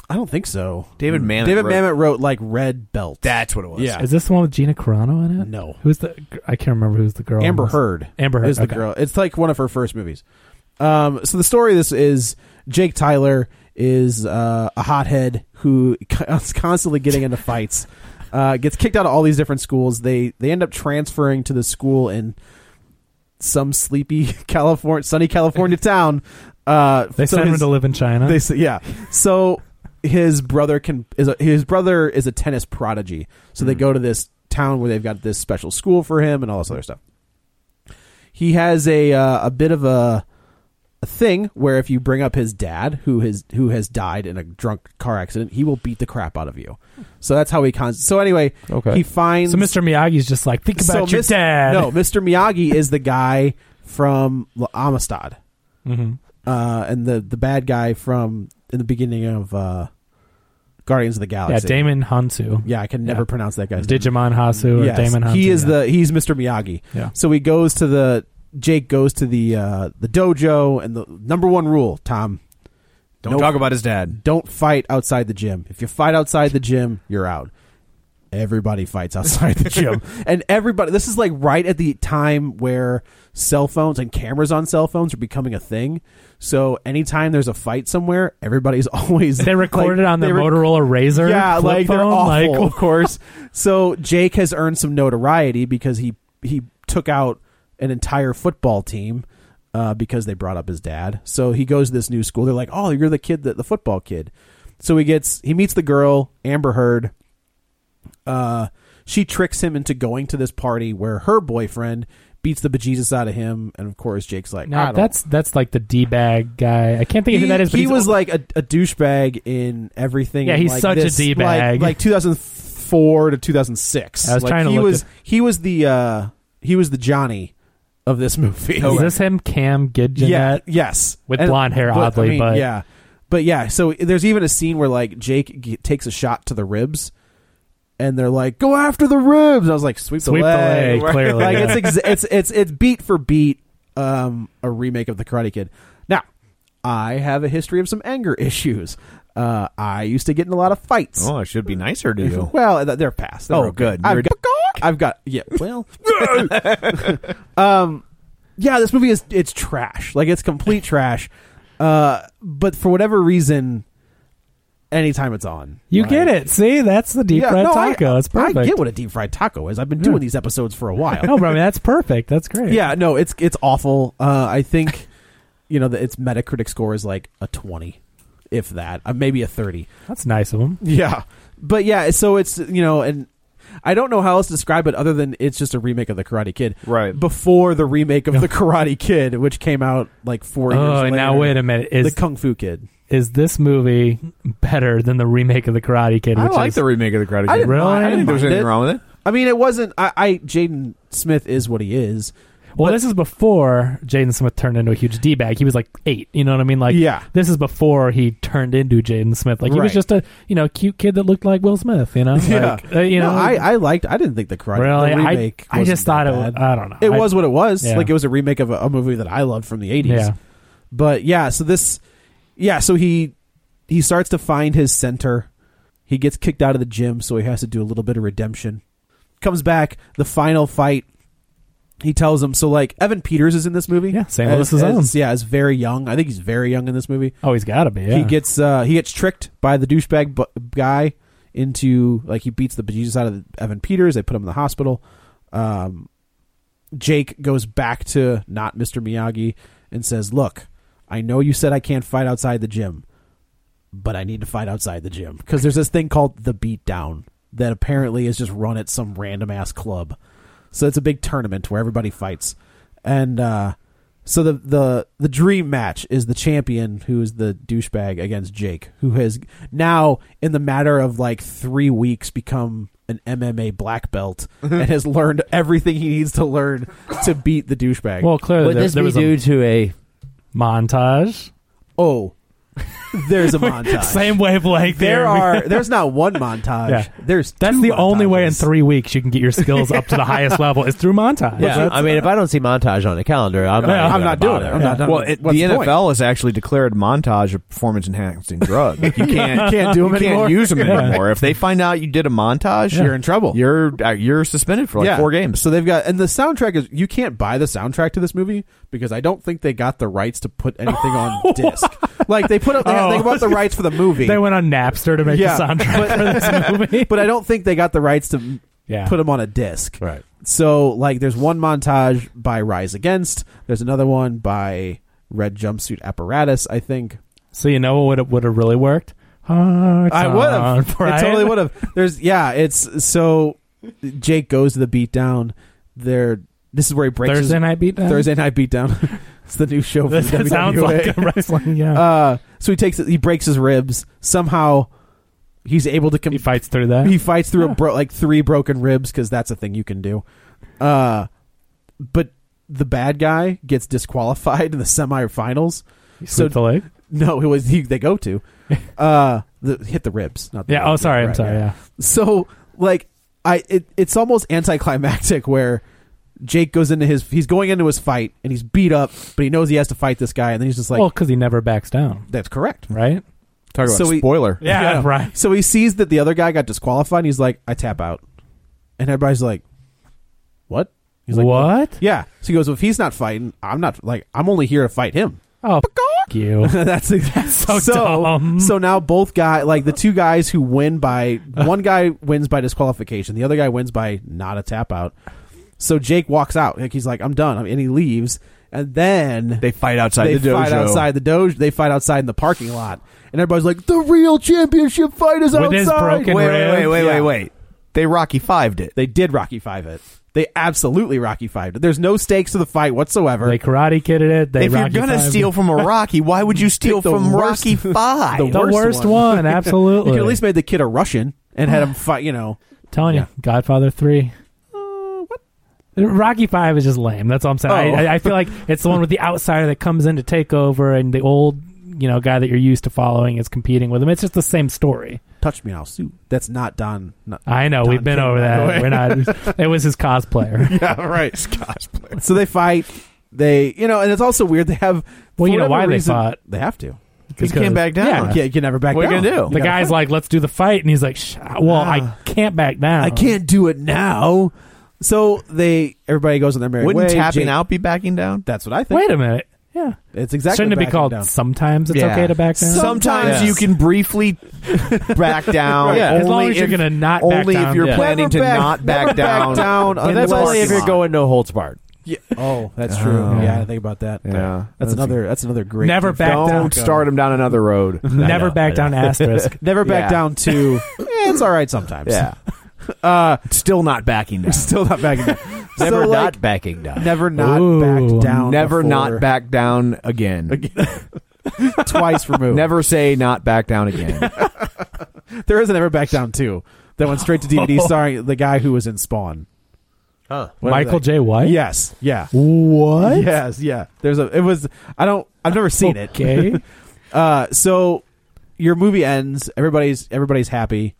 Speaker 3: I don't think so.
Speaker 1: Mm. David Mamet.
Speaker 3: David
Speaker 1: wrote-
Speaker 3: Mamet wrote like Red Belt.
Speaker 1: That's what it was.
Speaker 3: Yeah.
Speaker 2: Is this the one with Gina Carano in it?
Speaker 3: No.
Speaker 2: Who's the? I can't remember who's the girl.
Speaker 3: Mm. Amber
Speaker 2: in this.
Speaker 3: Heard.
Speaker 2: Amber Heard,
Speaker 3: is the
Speaker 2: okay.
Speaker 3: girl. It's like one of her first movies. Um, so the story of this is Jake Tyler is uh, a hothead who is constantly getting into fights. Uh, gets kicked out of all these different schools. They they end up transferring to the school in some sleepy California, sunny California town. Uh,
Speaker 2: They
Speaker 3: so
Speaker 2: sent him
Speaker 3: his-
Speaker 2: to live in China.
Speaker 3: they s- yeah. So his brother can is a, his brother is a tennis prodigy, so
Speaker 2: Hmm.
Speaker 3: they go to this town where they've got this special school for him and all this other stuff. He has a uh, a bit of a a thing where if you bring up his dad who has who has died in a drunk car accident, he will beat the crap out of you. So that's how he cons. So anyway,
Speaker 4: Okay.
Speaker 3: he finds
Speaker 2: So Mr. Miyagi's just like, think about your
Speaker 3: Mis-
Speaker 2: dad.
Speaker 3: No, Mr. Miyagi is the guy from L- Amistad,
Speaker 2: Mhm.
Speaker 3: uh, and the the bad guy from in the beginning of uh, Guardians of the
Speaker 2: yeah,
Speaker 3: Galaxy.
Speaker 2: Damon Hansu.
Speaker 3: Yeah, I can never
Speaker 2: Yeah.
Speaker 3: pronounce that guy's name.
Speaker 2: Digimon Hasu or
Speaker 3: Yes,
Speaker 2: Damon Hansu.
Speaker 3: he is
Speaker 2: yeah.
Speaker 3: the he's Mr. Miyagi.
Speaker 2: Yeah.
Speaker 3: So he goes to the Jake goes to the uh, the dojo, and the number one rule, Tom,
Speaker 1: Don't
Speaker 3: Nope.
Speaker 1: talk about his dad.
Speaker 3: don't fight outside the gym. If you fight outside the gym, you're out. Everybody fights outside the gym. and everybody, this is like right at the time where cell phones and cameras on cell phones are becoming a thing. So anytime there's a fight somewhere, everybody's always.
Speaker 2: They recorded
Speaker 3: like,
Speaker 2: on their
Speaker 3: they rec-
Speaker 2: Motorola Razor.
Speaker 3: Yeah,
Speaker 2: flip
Speaker 3: like they're
Speaker 2: phone,
Speaker 3: awful,
Speaker 2: like-
Speaker 3: of course. So Jake has earned some notoriety because he he took out an entire football team uh, because they brought up his dad. So he goes to this new school. They're like, "Oh, you're the kid that the football kid." So he gets he meets the girl Amber Heard. Uh, she tricks him into going to this party where her boyfriend beats the bejesus out of him, and of course Jake's like, "I
Speaker 2: Now,
Speaker 3: don't
Speaker 2: that's that's like the d bag guy. I can't think of who
Speaker 3: he,
Speaker 2: that is. But
Speaker 3: he
Speaker 2: he's-
Speaker 3: was like a, a douchebag in everything.
Speaker 2: Yeah, he's
Speaker 3: like
Speaker 2: such a
Speaker 3: this-
Speaker 2: D-bag.
Speaker 3: Like, like 2004 to 2006.
Speaker 2: I was
Speaker 3: Like,
Speaker 2: trying to
Speaker 3: He
Speaker 2: look
Speaker 3: was
Speaker 2: it-
Speaker 3: he was the uh, he was the Johnny of this movie.
Speaker 2: Is this him, Cam Gidjanet?
Speaker 3: yeah, yes,
Speaker 2: With blonde hair, oddly, but-
Speaker 3: yeah, but yeah. So there's even a scene where like Jake g- takes a shot to the ribs. And they're like, go after the ribs. I was like, sweep,
Speaker 2: Sweep the
Speaker 3: leg.
Speaker 2: leg, clearly,
Speaker 3: like
Speaker 2: yeah.
Speaker 3: it's ex- it's it's it's beat for beat um, a remake of the Karate Kid. Now, I have a history of some anger issues. Uh, I used to get in a lot of fights.
Speaker 1: Oh, it should be nicer to you.
Speaker 3: Well, th- they're past. They're
Speaker 1: Oh,
Speaker 3: okay.
Speaker 1: good. You're-
Speaker 3: I've got, I've got. Yeah. Well. um. Yeah, this movie is it's trash. Like it's complete trash. Uh, but for whatever reason, anytime it's on,
Speaker 2: You
Speaker 3: right?
Speaker 2: get it. See, that's the deep
Speaker 3: Yeah,
Speaker 2: fried
Speaker 3: no, I-
Speaker 2: taco. That's perfect.
Speaker 3: I get what a deep fried taco is. I've been doing
Speaker 2: Yeah.
Speaker 3: these episodes for a while.
Speaker 2: no, but I mean, that's perfect. That's great.
Speaker 3: yeah, no, it's it's awful. Uh, I think you know that its Metacritic score is like a twenty, if that, uh, maybe a thirty.
Speaker 2: That's nice of him.
Speaker 3: Yeah, but yeah, so it's you know, and I don't know how else to describe it other than it's just a remake of the Karate Kid,
Speaker 1: Right.
Speaker 3: Before the remake of the Karate Kid, which came out like four years.
Speaker 2: Oh,
Speaker 3: later.
Speaker 2: now wait a minute.
Speaker 3: the
Speaker 2: Is
Speaker 3: Kung Fu Kid.
Speaker 2: is this movie better than the remake of The Karate Kid?
Speaker 1: I
Speaker 2: which
Speaker 1: like
Speaker 2: is,
Speaker 1: the remake of the Karate Kid.
Speaker 3: I didn't
Speaker 2: Really?
Speaker 3: mind- I
Speaker 1: I
Speaker 3: didn't
Speaker 1: didn't think there's
Speaker 3: mind
Speaker 1: anything
Speaker 3: it.
Speaker 1: wrong with it.
Speaker 3: I mean, it wasn't. I, I Jaden Smith is what he is.
Speaker 2: Well, this is before Jaden Smith turned into a huge d bag. He was like eight. You know what I mean? Like,
Speaker 3: Yeah.
Speaker 2: This is before he turned into Jaden Smith. Like he was
Speaker 3: Right.
Speaker 2: just a you know cute kid that looked like Will Smith. You know, Like, uh, you
Speaker 3: No,
Speaker 2: know,
Speaker 3: I, I liked. I didn't think the Karate
Speaker 2: really.
Speaker 3: the
Speaker 2: I,
Speaker 3: remake.
Speaker 2: I
Speaker 3: wasn't
Speaker 2: just thought
Speaker 3: that
Speaker 2: it. Was,
Speaker 3: bad.
Speaker 2: I don't know.
Speaker 3: It
Speaker 2: I-
Speaker 3: was what it was.
Speaker 2: Yeah.
Speaker 3: Like it was a remake of a, a movie that I loved from the eighties.
Speaker 2: Yeah.
Speaker 3: But yeah, so this, yeah, so he he starts to find his center. He gets kicked out of the gym, so he has to do a little bit of redemption. Comes back the final fight. He tells him so. Like Evan Peters is in this movie.
Speaker 2: Yeah, St.
Speaker 3: As-
Speaker 2: Louis's
Speaker 3: as-
Speaker 2: own.
Speaker 3: Yeah, is very young. I think he's very young in this movie.
Speaker 2: Oh, he's got to be. Yeah.
Speaker 3: He gets uh, he gets tricked by the douchebag bu- guy into like he beats the bejesus out of Evan Peters. They put him in the hospital. Um, Jake goes back to not Mr. Miyagi and says, "Look, I know you said I can't fight outside the gym, but I need to fight outside the gym because there's this thing called the beatdown that apparently is just run at some random ass club. So it's a big tournament where everybody fights, and uh, so the the the dream match is the champion who is the douchebag against Jake, who has now in the matter of like three weeks become an MMA black belt and has learned everything he needs to learn to beat the douchebag.
Speaker 2: well, clearly
Speaker 4: Would
Speaker 2: there,
Speaker 4: this
Speaker 2: there
Speaker 4: be
Speaker 2: was
Speaker 4: due
Speaker 2: a
Speaker 4: to a
Speaker 2: montage.
Speaker 3: oh, there's a montage.
Speaker 2: Same wavelength.
Speaker 3: there
Speaker 2: here.
Speaker 3: are there's not one montage.
Speaker 2: Yeah.
Speaker 3: There's
Speaker 2: That's
Speaker 3: two
Speaker 2: the only way in
Speaker 3: montages.
Speaker 2: three weeks you can get your skills up to the highest level is through montage.
Speaker 4: Yeah, I mean, if I don't see montage on the calendar, I'm
Speaker 2: Yeah,
Speaker 4: not.
Speaker 2: I'm
Speaker 4: even gonna
Speaker 3: not doing
Speaker 4: bother.
Speaker 3: it. I'm not done
Speaker 1: Well,
Speaker 3: with-
Speaker 1: it, the
Speaker 3: what's the point?
Speaker 1: NFL has actually declared montage a performance enhancing drug. Like, you can't
Speaker 3: can't do
Speaker 1: you
Speaker 3: them anymore.
Speaker 1: Can't use them anymore. If they find out you did a montage,
Speaker 3: You're in trouble.
Speaker 1: You're uh, you're suspended for like
Speaker 3: yeah.
Speaker 1: four games.
Speaker 3: So they've got and the soundtrack is you can't buy the soundtrack to this movie because I don't think they got the rights to put anything on disc. Like they put up they, they bought the rights for the movie.
Speaker 2: Oh. they went on Napster to make
Speaker 3: Yeah,
Speaker 2: the soundtrack for this movie.
Speaker 3: but I don't think they got the rights to
Speaker 2: Yeah.
Speaker 3: put them on a disc.
Speaker 2: Right.
Speaker 3: So like there's one montage by Rise Against, there's another one by Red Jumpsuit Apparatus, I think.
Speaker 2: So uh, you know what would have, would have really worked? Hearts
Speaker 3: I would have.
Speaker 2: on
Speaker 3: I totally
Speaker 2: Fire.
Speaker 3: would have. There's yeah. It's so Jake goes to the beatdown. There. This is where he breaks
Speaker 2: Thursday
Speaker 3: his,
Speaker 2: night beatdown.
Speaker 3: Thursday night beatdown. it's the new show.
Speaker 2: That
Speaker 3: From WWE.
Speaker 2: sounds like a wrestling. Yeah,
Speaker 3: Uh, so he takes it. He breaks his ribs. Somehow, he's able to. Com-
Speaker 2: he fights through that.
Speaker 3: he fights through a bro- like three broken ribs because that's a thing you can do. Uh, but the bad guy gets disqualified in the semifinals.
Speaker 2: so the leg.
Speaker 3: No, it was he, they go to uh, the, hit the ribs. Not the
Speaker 2: Yeah. Oh,
Speaker 3: ribs,
Speaker 2: sorry. I'm
Speaker 3: right,
Speaker 2: sorry. Yeah.
Speaker 3: So like I, it, it's almost anticlimactic where Jake goes into his he's going into his fight and he's beat up, but he knows he has to fight this guy, and then he's just like,
Speaker 2: well, because he never backs down,
Speaker 3: "That's correct."
Speaker 2: right?
Speaker 1: Talk about
Speaker 3: So we-
Speaker 1: spoiler.
Speaker 2: Yeah, right.
Speaker 3: So he sees that the other guy got disqualified, and he's like, "I tap out," and everybody's like, "What?" He's like,
Speaker 2: what?
Speaker 3: Yeah. So he goes, well, if he's not fighting, I'm not like I'm only here to fight him.
Speaker 2: Oh, fuck you.
Speaker 3: that's that's
Speaker 2: so dumb.
Speaker 3: So now both guy like the two guys who win by one guy wins by disqualification, the other guy wins by not a tap out. So Jake walks out, like he's like, I'm done, and he leaves, and then
Speaker 1: They fight outside
Speaker 3: they
Speaker 1: the dojo.
Speaker 3: fight outside the dojo. They fight outside in the parking lot, and everybody's like, "The real championship fight is
Speaker 2: With
Speaker 3: outside."
Speaker 2: his broken
Speaker 1: Wait, wait,
Speaker 2: ribs.
Speaker 1: wait, wait,
Speaker 3: Yeah.
Speaker 1: wait, wait. They Rocky fived it.
Speaker 3: They did Rocky Five it. They absolutely Rocky Five it. There's no stakes to the fight whatsoever.
Speaker 2: They karate kidded it. They
Speaker 1: if you're
Speaker 2: Rocky
Speaker 1: gonna
Speaker 2: Five-
Speaker 1: steal from a Rocky, why would you steal
Speaker 3: Pick the
Speaker 1: from
Speaker 3: worst-
Speaker 1: Rocky
Speaker 3: the
Speaker 1: Five?
Speaker 2: the worst, one, absolutely.
Speaker 3: You could at least made the kid a Russian and had him fight. You know,
Speaker 2: telling
Speaker 3: Yeah. Uh,
Speaker 2: you, Godfather three. Rocky Five is just lame. That's all I'm saying. I
Speaker 3: Oh.
Speaker 2: I, I feel like it's the one with the outsider that comes in to take over, and the old you know guy that you're used to following is competing with him. It's just the same story.
Speaker 3: touch me, I'll sue. That's not Don. Not,
Speaker 2: I know we've been
Speaker 3: King,
Speaker 2: over
Speaker 3: by the
Speaker 2: that.
Speaker 3: way.
Speaker 2: We're not. It was his cosplayer.
Speaker 3: yeah, right. So they fight. They, you know, and it's also weird. They have.
Speaker 2: Well, you
Speaker 3: for
Speaker 2: know
Speaker 3: whatever
Speaker 2: why they
Speaker 3: reason-
Speaker 2: fought.
Speaker 3: They have to.
Speaker 1: Because can't back down.
Speaker 2: Yeah.
Speaker 3: Yeah, you can never back
Speaker 1: What are you
Speaker 3: down.
Speaker 1: gonna do?
Speaker 2: The
Speaker 3: gotta
Speaker 2: guy's
Speaker 3: fight.
Speaker 2: like, "Let's do the fight," and he's like, "Sh- "Well, I
Speaker 3: Ah.
Speaker 2: can't back down.
Speaker 3: I can't do it now. So they, everybody goes on their merry
Speaker 1: Wouldn't
Speaker 3: way.
Speaker 1: tapping
Speaker 3: Jake-
Speaker 1: out be backing down?
Speaker 3: That's what I think.
Speaker 2: Wait a minute. Yeah,
Speaker 3: It's exactly.
Speaker 2: shouldn't it be
Speaker 3: backing
Speaker 2: called
Speaker 3: down.
Speaker 2: sometimes it's
Speaker 1: Yeah.
Speaker 2: okay to back down?
Speaker 1: Sometimes
Speaker 3: Yes.
Speaker 1: you can briefly back down.
Speaker 3: Yeah.
Speaker 2: as long
Speaker 1: only
Speaker 2: as you're
Speaker 1: if-
Speaker 2: gonna not back
Speaker 1: only
Speaker 2: down.
Speaker 1: if you're
Speaker 2: Yeah.
Speaker 1: planning to
Speaker 3: Never back-
Speaker 1: not back
Speaker 3: never
Speaker 1: down.
Speaker 3: back down
Speaker 1: in the
Speaker 4: that's only if
Speaker 1: parking
Speaker 4: you're
Speaker 1: lot.
Speaker 4: going no holds barred.
Speaker 3: Oh, that's true.
Speaker 1: Oh.
Speaker 3: Yeah, I think about that.
Speaker 1: Yeah.
Speaker 3: that's
Speaker 1: That's-
Speaker 3: another. That's another great.
Speaker 2: Never back down.
Speaker 1: Don't start him down another road.
Speaker 2: Never
Speaker 4: know,
Speaker 2: back
Speaker 4: I
Speaker 2: down. Asterisk.
Speaker 3: Never back
Speaker 1: Yeah.
Speaker 3: down to. eh, it's all right sometimes.
Speaker 1: Yeah.
Speaker 3: Uh,
Speaker 1: Still not backing down.
Speaker 3: still not backing down.
Speaker 4: Never
Speaker 3: so, like,
Speaker 4: not backing down.
Speaker 3: never not
Speaker 2: Ooh.
Speaker 3: backed down.
Speaker 1: Never
Speaker 3: before.
Speaker 1: not back down again.
Speaker 3: twice removed.
Speaker 1: Never say not back down again.
Speaker 3: There is an ever back down too. That went straight to DVD, starring the guy who was in Spawn. Whatever
Speaker 2: Michael
Speaker 3: that-
Speaker 2: J. White.
Speaker 3: Yes. Yeah.
Speaker 2: What?
Speaker 3: Yes. Yeah. There's a. It was. I don't. I've never seen it.
Speaker 2: Okay.
Speaker 3: Uh, so your movie ends. Everybody's everybody's happy,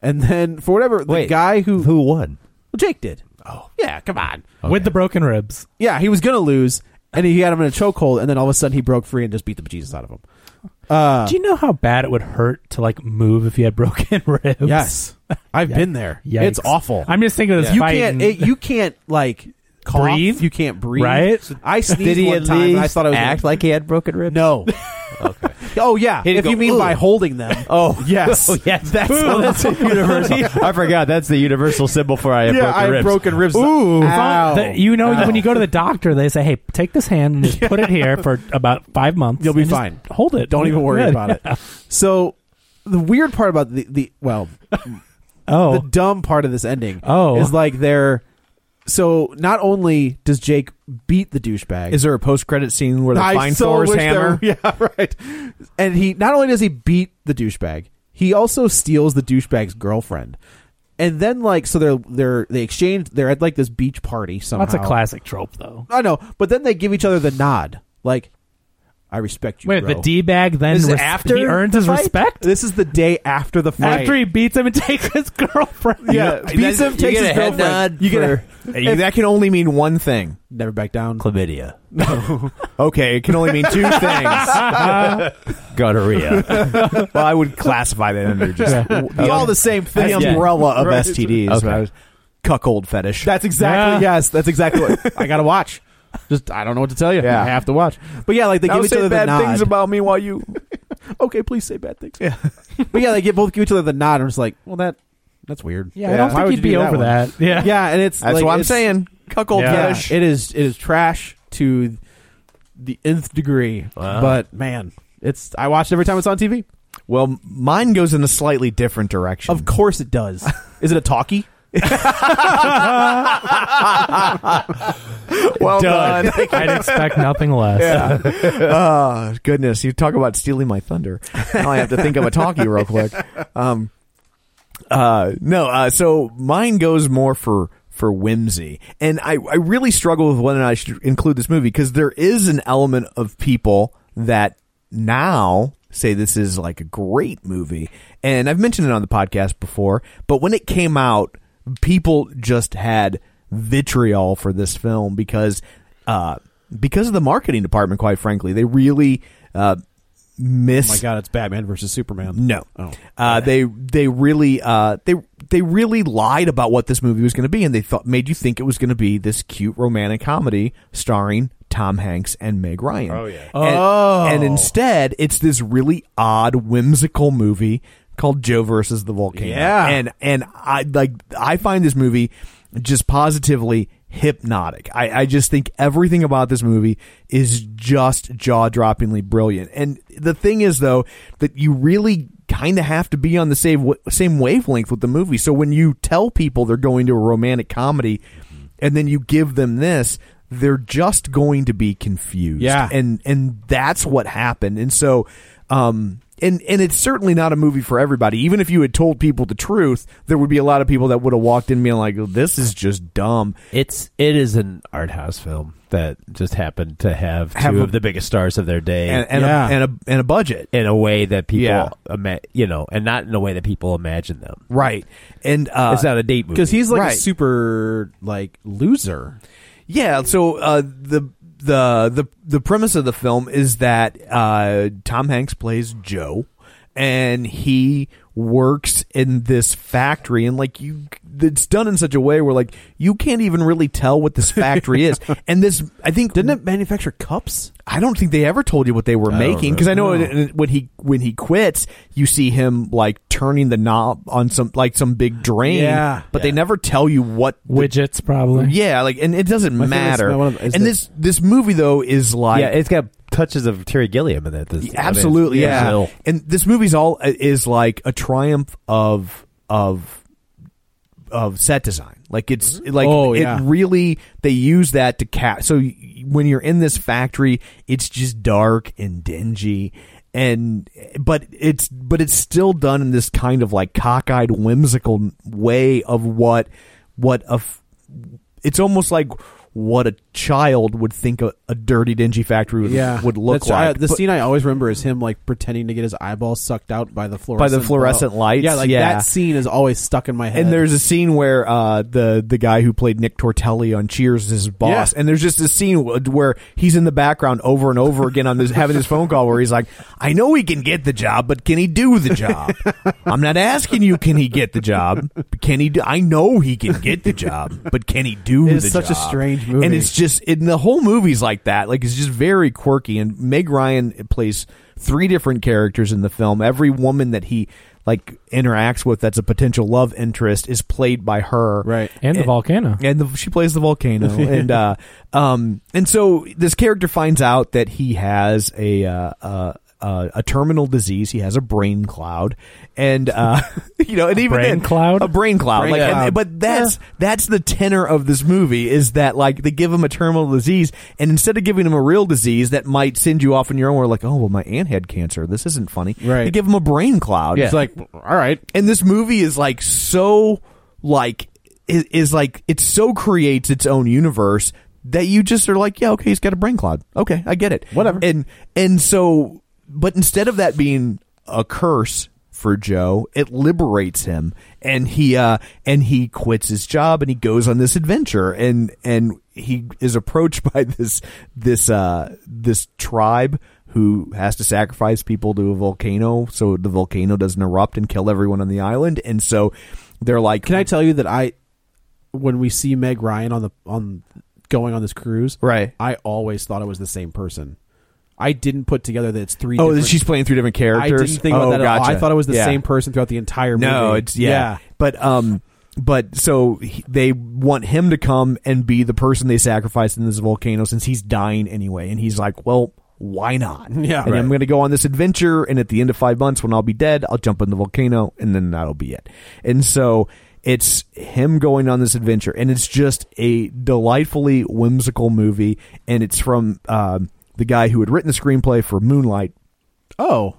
Speaker 3: and then for whatever the
Speaker 4: Wait.
Speaker 3: guy who
Speaker 4: Who won?
Speaker 3: Jake did. Oh. Yeah. Come on.
Speaker 2: With the broken ribs.
Speaker 3: Yeah. He was gonna lose, and he had him in a chokehold, and then all of a sudden he broke free and just beat the bejesus out of him. Uh.
Speaker 2: Do you know how bad it would hurt to like move if you had broken ribs?
Speaker 3: Yes. I've been there.
Speaker 2: Yikes.
Speaker 3: It's awful.
Speaker 2: I'm just thinking of this
Speaker 3: you
Speaker 2: fight.
Speaker 3: can't
Speaker 2: and-
Speaker 3: it, you can't like cough.
Speaker 2: Breathe?
Speaker 3: You can't breathe.
Speaker 2: Right?
Speaker 3: I sneezed
Speaker 4: Did he
Speaker 3: one
Speaker 4: at
Speaker 3: time and I
Speaker 4: least
Speaker 3: thought I was
Speaker 4: act like he had broken ribs?
Speaker 3: no. Oh yeah.
Speaker 4: didn't
Speaker 3: If you
Speaker 4: go,
Speaker 3: mean by
Speaker 4: "Ugh."
Speaker 3: holding them.
Speaker 4: Oh
Speaker 3: Yes.
Speaker 4: Oh yes.
Speaker 3: That's-
Speaker 4: Boom. that's a universal. I forgot. That's the universal symbol for I have
Speaker 3: yeah,
Speaker 4: broken
Speaker 3: I have
Speaker 4: ribs.
Speaker 3: broken ribs.
Speaker 2: Ooh.
Speaker 3: Ow.
Speaker 2: The- you know, when you go to the doctor, they say, "Hey, take this hand and just put it here for about five months.
Speaker 3: You'll be
Speaker 2: and just
Speaker 3: fine.
Speaker 2: Hold it.
Speaker 3: Don't even worry
Speaker 2: Yeah.
Speaker 3: about it. So the weird part about the, the well,
Speaker 2: Oh,
Speaker 3: the dumb part of this ending
Speaker 2: Oh.
Speaker 3: is like they're so not only does Jake beat the douchebag,
Speaker 1: Is there a post credit scene where the
Speaker 3: I
Speaker 1: fine
Speaker 3: so
Speaker 1: Thor's
Speaker 3: wish there-
Speaker 1: hammer?
Speaker 3: yeah, right. And he not only does he beat the douchebag, he also steals the douchebag's girlfriend. And then like so they're they're they exchange they're at like this beach party somehow.
Speaker 2: that's a classic trope, though.
Speaker 3: I know, but then they give each other the nod, like I respect you.
Speaker 2: Wait,
Speaker 3: bro."
Speaker 2: the d bag then
Speaker 3: This is
Speaker 2: res-
Speaker 3: after
Speaker 2: he earns
Speaker 3: the
Speaker 2: his
Speaker 3: fight?
Speaker 2: respect
Speaker 3: This is the day after the fight.
Speaker 2: after he beats him and takes his girlfriend.
Speaker 3: yeah, beats him,
Speaker 4: you
Speaker 3: takes
Speaker 4: get
Speaker 3: his
Speaker 4: a head
Speaker 3: girlfriend.
Speaker 4: nod
Speaker 3: you get a,
Speaker 1: Hey, that can only mean one thing.
Speaker 3: never back down.
Speaker 4: Chlamydia,
Speaker 1: Okay, it can only mean two things.
Speaker 4: gonorrhea,
Speaker 1: Well, I would classify that under just
Speaker 2: Yeah.
Speaker 1: the, all the same thing.
Speaker 4: Yeah.
Speaker 1: of
Speaker 4: Right.
Speaker 1: STDs.
Speaker 4: Okay.
Speaker 1: but I was- cuckold fetish.
Speaker 3: That's exactly
Speaker 2: Yeah.
Speaker 3: yes. That's exactly what I gotta watch. Just I don't know what to tell you.
Speaker 1: Yeah.
Speaker 3: I have to watch. But yeah, like they give each other the nod.
Speaker 1: about me while you.
Speaker 3: okay, please say bad things. Yeah. but yeah, they get both give each other the nod. I'm just like, well, that that's weird.
Speaker 2: Yeah, I don't
Speaker 3: Why
Speaker 2: think
Speaker 3: would
Speaker 2: he'd
Speaker 3: you
Speaker 2: be
Speaker 3: do
Speaker 2: over
Speaker 3: one?
Speaker 2: that. Yeah.
Speaker 3: Yeah, and it's
Speaker 1: That's
Speaker 3: like,
Speaker 1: what I'm
Speaker 3: it's-
Speaker 1: saying. Cuckold
Speaker 3: Yeah,
Speaker 1: fetish.
Speaker 3: it is. It is trash to the nth degree. But man, it's I watch it every time it's on TV.
Speaker 1: Well, mine goes in a slightly different direction.
Speaker 3: Of course it does.
Speaker 1: Is it a talkie? well
Speaker 2: Done.
Speaker 1: done.
Speaker 2: I'd expect nothing less.
Speaker 1: oh goodness! You talk about stealing my thunder. Now I have to think of a talkie real quick. Um, uh, no, uh, so mine goes more for for whimsy, and I I really struggle with whether or not I should include this movie because there is an element of people that now say this is like a great movie, and I've mentioned it on the podcast before, but when it came out, people just had vitriol for this film because uh because of the marketing department quite frankly they really uh miss
Speaker 3: Oh my god, it's Batman versus Superman.
Speaker 1: no
Speaker 3: Oh.
Speaker 1: uh they they really uh they they really lied about what this movie was going to be and they thought made you think it was going to be this cute romantic comedy starring Tom Hanks and Meg Ryan. Oh yeah. And,
Speaker 3: Oh.
Speaker 1: and instead it's this really odd whimsical movie called Joe versus the Volcano.
Speaker 3: Yeah.
Speaker 1: And and I like I find this movie just positively hypnotic. I, I just think everything about this movie is just jaw droppingly brilliant. And the thing is though that you really kind of have to be on the same wa- same wavelength with the movie. So when you tell people they're going to a romantic comedy and then you give them this, they're just going to be confused
Speaker 3: Yeah.
Speaker 1: and and that's what happened and so um and and it's certainly not a movie for everybody even if you had told people the truth there would be a lot of people that would have walked in being like this is just dumb
Speaker 4: It's it is an art house film that just happened to have two
Speaker 1: Have a-
Speaker 4: of the biggest stars of their day
Speaker 1: and and,
Speaker 3: Yeah.
Speaker 1: a, and a and a budget
Speaker 4: in a way that people,
Speaker 1: Yeah.
Speaker 4: ima- you know, and not in a way that people imagine them.
Speaker 1: right and uh
Speaker 4: it's not a date movie
Speaker 3: Because he's like
Speaker 1: Right.
Speaker 3: a super like loser.
Speaker 1: Yeah, so uh, the the the the premise of the film is that uh, Tom Hanks plays Joe, and he works in this factory, and like you, it's done in such a way where like you can't even really tell what this factory is, and this I think
Speaker 3: Didn't it manufacture cups?
Speaker 1: I don't think they ever told you what they were making because I know
Speaker 3: No.
Speaker 1: in- in- when he when he quits, you see him like turning the knob on some like some big drain,
Speaker 3: Yeah.
Speaker 1: but they
Speaker 3: Yeah.
Speaker 1: never tell you what the
Speaker 2: Widgets, probably.
Speaker 1: yeah, like, and it doesn't
Speaker 3: My favorite
Speaker 1: matter.
Speaker 3: smell, one of them, is
Speaker 1: and
Speaker 3: the-
Speaker 1: this this movie though is like.
Speaker 4: yeah, it's got touches of Terry Gilliam in it. This-
Speaker 1: Absolutely,
Speaker 4: I mean,
Speaker 1: yeah.
Speaker 4: Jill.
Speaker 1: And this movie's all uh, is like a triumph of of of set design. Like it's like
Speaker 3: Oh,
Speaker 1: it
Speaker 3: yeah.
Speaker 1: really they use that to cap. So y- when you're in this factory, it's just dark and dingy, and but it's but it's still done in this kind of like cockeyed, whimsical way of what what a f- it's almost like what a child would think a, a dirty, dingy factory would, would look like.
Speaker 3: That's- I- the
Speaker 1: But-
Speaker 3: scene I always remember is him like pretending to get his eyeball sucked out by the fluorescent
Speaker 1: fluorescent
Speaker 3: bulb.
Speaker 1: lights,
Speaker 3: Yeah, like
Speaker 1: yeah.
Speaker 3: that scene is always stuck in my head.
Speaker 1: And there's a scene where uh, the the guy who played Nick Tortelli on Cheers is his boss,
Speaker 3: Yeah.
Speaker 1: and there's just a scene w- where he's in the background over and over again on this having this phone call where he's like, "I know he can get the job, but can he do the job? I'm not asking you can he get the job. Can he? Do, I know he can get the job, but can he do
Speaker 3: It is
Speaker 1: the
Speaker 3: such a
Speaker 1: job?"
Speaker 3: strange movie.
Speaker 1: and it's just and the whole movie's like that. Like it's just very quirky. And Meg Ryan plays three different characters in the film. Every woman that he like interacts with that's a potential love interest is played by her.
Speaker 3: Right.
Speaker 2: And the volcano.
Speaker 1: And the, she plays the volcano, and uh, um, and so this character finds out that he has a uh, uh, uh, a terminal disease. He has a brain cloud, and uh, you know, and even
Speaker 2: brain
Speaker 1: then,
Speaker 2: cloud?
Speaker 1: a brain cloud.
Speaker 3: Brain
Speaker 1: like, and-
Speaker 3: cloud.
Speaker 1: but that's that's the tenor of this movie is that like they give him a terminal disease, and instead of giving him a real disease that might send you off on your own, we're like, oh well, my aunt had cancer. This isn't funny.
Speaker 3: Right.
Speaker 1: They give him a brain cloud.
Speaker 3: It's like, all right,
Speaker 1: And this movie is like so like is, is like it so creates its own universe that you just are like, yeah, okay, he's got a brain cloud. Okay, I get it.
Speaker 3: Whatever.
Speaker 1: And and so but instead of that being a curse for Joe, it liberates him and he uh and he quits his job and he goes on this adventure and and he is approached by this this uh this tribe who has to sacrifice people to a volcano so the volcano doesn't erupt and kill everyone on the island and so they're like
Speaker 3: Can I tell you that I, when we see Meg Ryan on the on going on this cruise,
Speaker 1: Right.
Speaker 3: I always thought it was the same person. I didn't put together that it's three.
Speaker 1: Oh,
Speaker 3: different,
Speaker 1: she's playing three different
Speaker 3: I
Speaker 1: characters.
Speaker 3: didn't think about
Speaker 1: oh,
Speaker 3: that at all.
Speaker 1: gotcha.
Speaker 3: I thought it was the
Speaker 1: Yeah.
Speaker 3: same person throughout the entire movie.
Speaker 1: No, it's yeah. But um but so he, they want him to come and be the person they sacrificed in this volcano since he's dying anyway and he's like, "Well, why not?
Speaker 3: Yeah,
Speaker 1: and
Speaker 3: right.
Speaker 1: I'm going to go on this adventure, and at the end of five months, when I'll be dead, I'll jump in the volcano, and then that'll be it. And so it's him going on this adventure, and it's just a delightfully whimsical movie, and it's from um, the guy who had written the screenplay for Moonlight.
Speaker 3: Oh,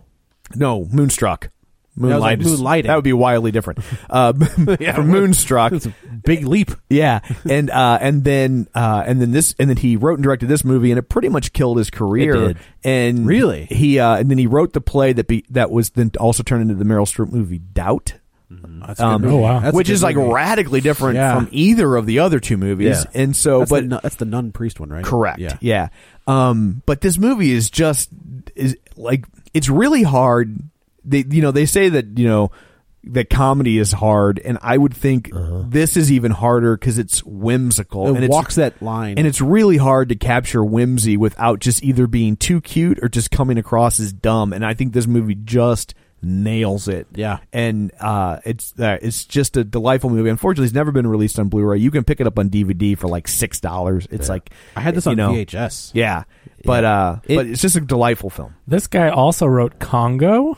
Speaker 1: No, Moonstruck.
Speaker 3: was like
Speaker 1: Moonlight. is-
Speaker 3: Moonlighting.
Speaker 1: That would be wildly different. Uh, for Moonstruck.
Speaker 3: big leap.
Speaker 1: Yeah, and uh, and then uh, and then this and then he wrote and directed this movie, and it pretty much killed his career.
Speaker 4: It did.
Speaker 1: And
Speaker 3: Really?
Speaker 1: he uh, and then he wrote the play that be, that was then also turned into the Meryl Streep movie Doubt,
Speaker 3: That's a good movie.
Speaker 2: oh, wow.
Speaker 3: That's a
Speaker 1: Um, which
Speaker 3: good
Speaker 1: is like
Speaker 3: movie.
Speaker 1: radically different
Speaker 3: Yeah.
Speaker 1: from either of the other two movies.
Speaker 3: Yeah.
Speaker 1: And so,
Speaker 3: That's
Speaker 1: but
Speaker 3: the, nun- that's the nun priest one, right?
Speaker 1: Correct.
Speaker 3: Yeah.
Speaker 1: Yeah. Um, but this movie is just is like it's really hard. They you know they say that you know that comedy is hard, and I would think this is even harder because it's whimsical
Speaker 3: Uh-huh. Oh, It
Speaker 1: and it's,
Speaker 3: walks that line.
Speaker 1: and it's really hard to capture whimsy without just either being too cute or just coming across as dumb. And I think this movie just nails it.
Speaker 3: Yeah.
Speaker 1: and uh, it's uh, it's just a delightful movie. Unfortunately, it's never been released on Blu-ray. You can pick it up on DVD for like six dollars. It's like
Speaker 3: I had this
Speaker 1: you
Speaker 3: on
Speaker 1: know,
Speaker 3: VHS.
Speaker 1: yeah, but uh, but it's just a delightful film.
Speaker 2: This guy also wrote Congo,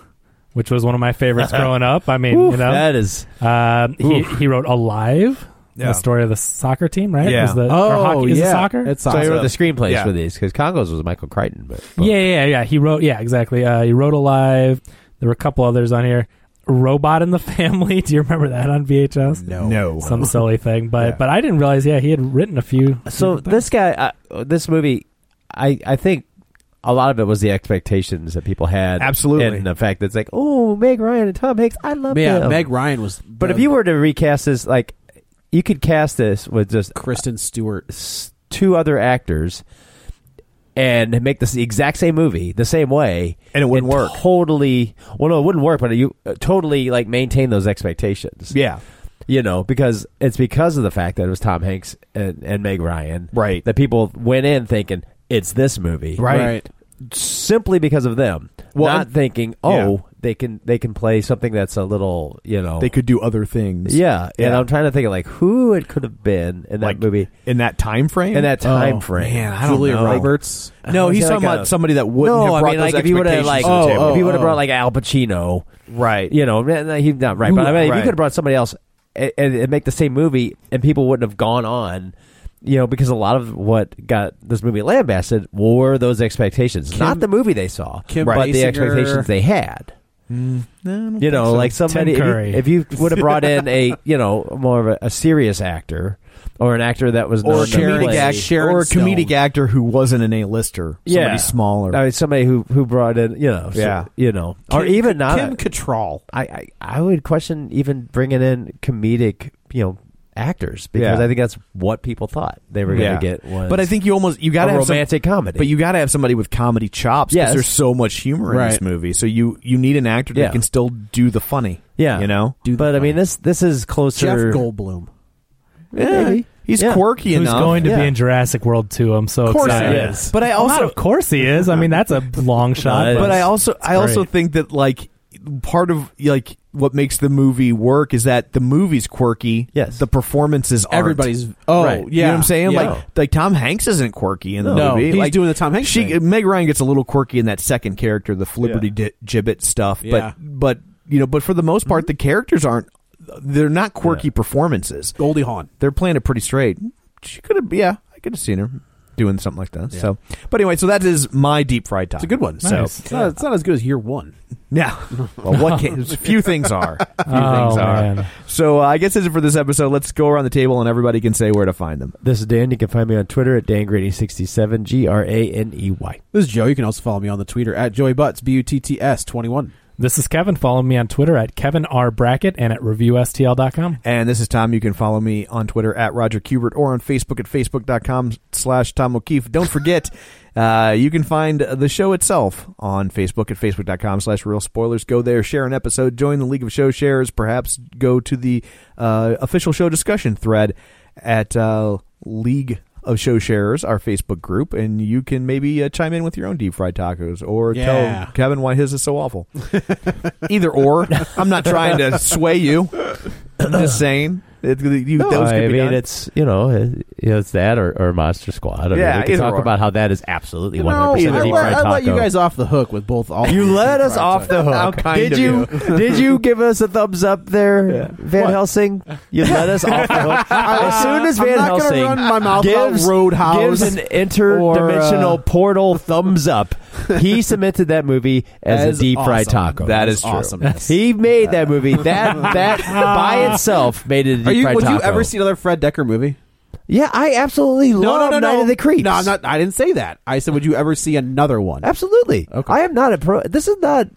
Speaker 2: which was one of my favorites growing up. I mean, you know,
Speaker 4: that is
Speaker 2: Um, he, he wrote Alive,
Speaker 1: Yeah.
Speaker 2: the story of the soccer team, right?
Speaker 1: Yeah.
Speaker 2: Is the, or
Speaker 3: Oh,
Speaker 2: hockey, is it
Speaker 3: yeah.
Speaker 2: soccer?
Speaker 3: It's
Speaker 4: so I
Speaker 3: awesome.
Speaker 4: wrote the screenplays
Speaker 1: Yeah.
Speaker 4: for these because Congos was Michael Crichton, but, but-
Speaker 2: yeah, yeah, yeah. He wrote, yeah, exactly. Uh, he wrote Alive. There were a couple others on here. Robot in the Family. Do you remember that on VHS?
Speaker 3: no,
Speaker 2: Some silly thing, but but I didn't realize. Yeah, he had written a few.
Speaker 4: So this guy, uh, this movie, I I think a lot of it was the expectations that people had,
Speaker 1: Absolutely.
Speaker 4: and the fact that it's like, oh, Meg Ryan and Tom Hanks, I love
Speaker 3: Yeah,
Speaker 4: them.
Speaker 3: Meg Ryan was.
Speaker 4: But
Speaker 1: Um,
Speaker 4: if you were to recast this, like you could cast this with just
Speaker 3: Kristen Stewart,
Speaker 4: s- two other actors and make this the exact same movie the same way
Speaker 1: And it wouldn't work.
Speaker 4: totally well no it wouldn't work but you uh, totally like maintain those expectations
Speaker 1: Yeah,
Speaker 4: you know because it's because of the fact that it was tom hanks and, and meg ryan
Speaker 1: Right.
Speaker 4: that people went in thinking it's this movie
Speaker 3: right.
Speaker 4: simply because of them
Speaker 1: Well,
Speaker 4: not
Speaker 1: and-
Speaker 4: thinking
Speaker 1: yeah.
Speaker 4: oh they can they can play something that's a little you know
Speaker 1: they could do other things.
Speaker 4: yeah, and
Speaker 1: Yeah.
Speaker 4: i'm trying to think of like who it could have been in that
Speaker 1: Like-
Speaker 4: movie
Speaker 1: in that time frame.
Speaker 4: in that time
Speaker 3: Oh,
Speaker 4: frame
Speaker 1: man, I don't
Speaker 3: Julia
Speaker 1: know.
Speaker 3: Roberts.
Speaker 1: no,
Speaker 4: Was
Speaker 1: he's
Speaker 4: it
Speaker 1: talking
Speaker 4: like
Speaker 1: about
Speaker 4: a-
Speaker 1: somebody that wouldn't
Speaker 4: no,
Speaker 1: have brought
Speaker 4: I mean,
Speaker 1: those
Speaker 4: like if you would have
Speaker 1: expectations
Speaker 4: like
Speaker 1: to the table.
Speaker 4: if you would have
Speaker 3: oh.
Speaker 4: brought like Al Pacino,
Speaker 1: right,
Speaker 4: you know, man, he not right, but I
Speaker 1: Ooh,
Speaker 4: mean, if you
Speaker 1: right.
Speaker 4: could have brought somebody else and, and and make the same movie, and people wouldn't have gone on. You know, because a lot of what got this movie lambasted were those expectations, not the movie they saw,
Speaker 3: Kim
Speaker 4: but the
Speaker 3: Basinger.
Speaker 4: expectations they had.
Speaker 1: Mm,
Speaker 4: you know, like somebody if
Speaker 2: Curry.
Speaker 4: you, if you would have brought in a you know more of a, a serious actor or an actor that was
Speaker 1: or
Speaker 4: known
Speaker 1: a
Speaker 4: to
Speaker 1: comedic
Speaker 4: play-
Speaker 1: act,
Speaker 3: Sharon
Speaker 1: or a comedic
Speaker 3: Stone.
Speaker 1: actor who wasn't an A-lister, somebody smaller.
Speaker 4: I mean, somebody who who brought in, you know, so-
Speaker 1: Yeah.
Speaker 4: you know, or even not.
Speaker 3: Kim Cattrall.
Speaker 4: I, I I would question even bringing in comedic, you know, actors because
Speaker 1: Yeah.
Speaker 4: I think that's what people thought they were going
Speaker 1: Yeah.
Speaker 4: to get. Was
Speaker 1: but I think you almost you got to
Speaker 4: a
Speaker 1: have some-
Speaker 4: romantic comedy.
Speaker 1: But you got to have somebody with comedy chops because
Speaker 4: Yes.
Speaker 1: there's so much humor in this
Speaker 3: Right.
Speaker 1: movie. So you you need an actor that
Speaker 4: Yeah.
Speaker 1: can still do the funny.
Speaker 4: yeah,
Speaker 1: you know,
Speaker 4: But I mean, this this is
Speaker 3: Jeff
Speaker 4: closer.
Speaker 3: Goldblum.
Speaker 1: Yeah, he's
Speaker 4: Yeah.
Speaker 1: quirky
Speaker 2: Who's
Speaker 1: enough.
Speaker 2: going to
Speaker 1: Yeah.
Speaker 2: be in Jurassic World 2? I'm so
Speaker 1: course
Speaker 2: excited.
Speaker 1: he is. But I
Speaker 2: Well, not
Speaker 1: also-
Speaker 2: of course he is. I mean, that's a long shot.
Speaker 4: Nice.
Speaker 1: but I also I also
Speaker 2: great.
Speaker 1: think that like part of like what makes the movie work is that the movie's quirky.
Speaker 4: Yes.
Speaker 1: the performances. Aren't.
Speaker 3: Everybody's. Oh,
Speaker 1: Right.
Speaker 3: yeah.
Speaker 1: you know what I'm saying?
Speaker 3: Yeah.
Speaker 1: Like, like Tom Hanks isn't quirky in the
Speaker 3: No,
Speaker 1: movie.
Speaker 3: he's
Speaker 1: like,
Speaker 3: doing the Tom Hanks
Speaker 1: She,
Speaker 3: thing.
Speaker 1: Meg Ryan gets a little quirky in that second character, the flibberty di- gibbet stuff.
Speaker 3: Yeah.
Speaker 1: But but you know, but for the most part, the characters aren't. They're not quirky performances.
Speaker 3: Goldie Hawn.
Speaker 1: They're playing it pretty straight. She could have, yeah, I could have seen her doing something like that. So, but anyway, so that is my deep fried time.
Speaker 3: It's a good one.
Speaker 2: Nice.
Speaker 3: So it's not, it's not as good as year one.
Speaker 1: Yeah. Well, what can, few things are. Few things are.
Speaker 2: man.
Speaker 1: So uh, I guess that's it for this episode. Let's go around the table and everybody can say where to find them.
Speaker 4: This is Dan. You can find me on Twitter at dangraney67. G R A N E Y.
Speaker 3: This is Joe. You can also follow me on the Twitter at Joey Butts B U T T S twenty one.
Speaker 2: This is Kevin. Follow me on Twitter at Kevin R Brackett and at ReviewSTL.com.
Speaker 1: And this is Tom. You can follow me on Twitter at Roger Kubert or on Facebook at facebook.com slash Tom O'Keefe. Don't forget, uh, you can find the show itself on Facebook at facebook.com slash real spoilers. Go there, share an episode, join the League of Show Sharers, perhaps go to the uh, official show discussion thread at uh, League of Show Sharers, our Facebook group, and you can maybe uh, chime in with your own deep fried tacos or
Speaker 3: Yeah.
Speaker 1: tell Kevin why his is so awful. Either or. I'm not trying to sway you. I'm just saying. It- you-
Speaker 4: No,
Speaker 1: those could
Speaker 4: I
Speaker 1: be
Speaker 4: mean,
Speaker 1: done.
Speaker 4: it's you know, it, you know, it's that or, or Monster Squad. I mean,
Speaker 1: Yeah,
Speaker 4: we can
Speaker 1: either
Speaker 4: talk
Speaker 1: or.
Speaker 4: about how that is absolutely one
Speaker 3: No,
Speaker 4: hundred
Speaker 3: I
Speaker 4: percent a deep
Speaker 3: let,
Speaker 4: fried
Speaker 3: I
Speaker 4: taco.
Speaker 3: let you guys off the hook with both. All
Speaker 4: You let us off the
Speaker 1: How
Speaker 4: hook.
Speaker 1: kind
Speaker 4: Did
Speaker 1: of
Speaker 4: you, Did you give us a thumbs up there, Van Helsing? You let us off the hook. As soon as
Speaker 3: I'm
Speaker 4: Van
Speaker 3: not gonna
Speaker 4: Helsing
Speaker 3: run my mouth about
Speaker 4: gives,
Speaker 3: Roadhouse uh,
Speaker 4: gives an interdimensional
Speaker 3: or, uh,
Speaker 4: portal thumbs up, he cemented that movie as,
Speaker 3: As
Speaker 4: a deep fried
Speaker 3: awesome.
Speaker 4: taco.
Speaker 3: That is true. Awesomeness.
Speaker 4: He made that movie. That that by itself made it a deep
Speaker 3: Are you,
Speaker 4: fried
Speaker 3: would
Speaker 4: taco.
Speaker 3: you ever see another Fred Decker movie?
Speaker 4: Yeah, I absolutely love Night of the Creeps.
Speaker 3: No, I'm not. I didn't say that. I said, would you ever see another one?
Speaker 4: Absolutely.
Speaker 3: Okay.
Speaker 4: I am not a pro. This is not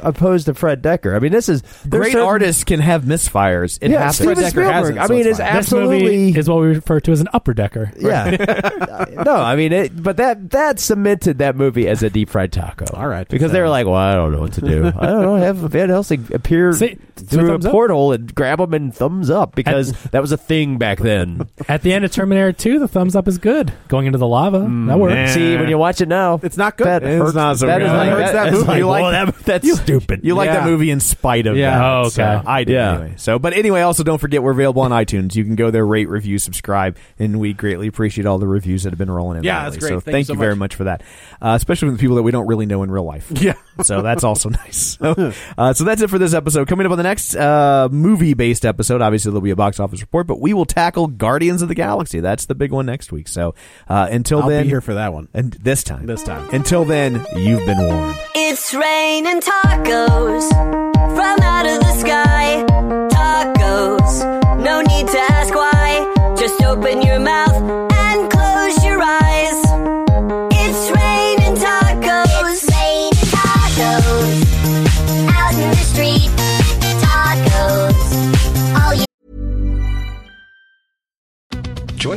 Speaker 4: opposed to Fred Decker. I mean, this is there's
Speaker 1: Great
Speaker 4: certain-
Speaker 1: artists can have misfires. It
Speaker 4: yeah,
Speaker 1: happens.
Speaker 4: Steven
Speaker 3: Decker
Speaker 4: Spielberg.
Speaker 3: hasn't,
Speaker 4: I
Speaker 3: so
Speaker 4: mean,
Speaker 3: it's
Speaker 4: it's
Speaker 3: fine.
Speaker 2: This
Speaker 4: absolutely.
Speaker 2: movie is what we refer to as an upper decker.
Speaker 4: yeah. no, I mean, it, but that that cemented that movie as a deep fried taco.
Speaker 3: All right.
Speaker 4: Because they were like, well, I don't know what to do. I don't know. Have Van Helsing appear
Speaker 2: See, do
Speaker 4: through a
Speaker 2: thumbs up.
Speaker 4: portal and grab him and thumbs up because that was a thing back then.
Speaker 2: At the end of Terminator 2, the thumbs up is good. Going into the lava, that works.
Speaker 4: See, when you watch it now,
Speaker 3: It's not good.
Speaker 4: That
Speaker 3: It's
Speaker 4: hurts.
Speaker 1: not so
Speaker 4: that
Speaker 1: good.
Speaker 4: is
Speaker 1: It
Speaker 4: like,
Speaker 1: hurts
Speaker 4: that
Speaker 1: that
Speaker 4: is
Speaker 1: movie.
Speaker 4: like,
Speaker 1: You like-
Speaker 4: well, that- that's stupid.
Speaker 1: You like
Speaker 3: Yeah.
Speaker 1: that movie in spite of
Speaker 3: Yeah.
Speaker 1: that.
Speaker 2: Oh, okay.
Speaker 1: so I did
Speaker 4: Yeah.
Speaker 1: anyway. So, but anyway, also don't forget we're available on iTunes. You can go there, rate, review, subscribe, and we greatly appreciate all the reviews that have been rolling in.
Speaker 3: Yeah, that's
Speaker 1: lately.
Speaker 3: great.
Speaker 1: So
Speaker 3: Thank you
Speaker 1: thank
Speaker 3: so
Speaker 1: you very
Speaker 3: much.
Speaker 1: much for that, uh, especially from the people that we don't really know in real life. Yeah. so that's also nice. So, uh, so that's it for this episode. Coming up on the next uh, movie-based episode, obviously there'll be a box office report, but we will tackle Guardians of the Galaxy. That's the big one next week. So uh, until
Speaker 3: I'll
Speaker 1: then,
Speaker 3: be here for that one.
Speaker 1: and this time,
Speaker 3: This time.
Speaker 1: Until then, you've been warned.
Speaker 5: It's raining tacos from out of the sky. Tacos, no need to ask why. Just open your mouth and close your eyes. It's raining tacos. It's raining tacos out in the street. Tacos, all you.
Speaker 6: Join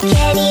Speaker 5: Kenny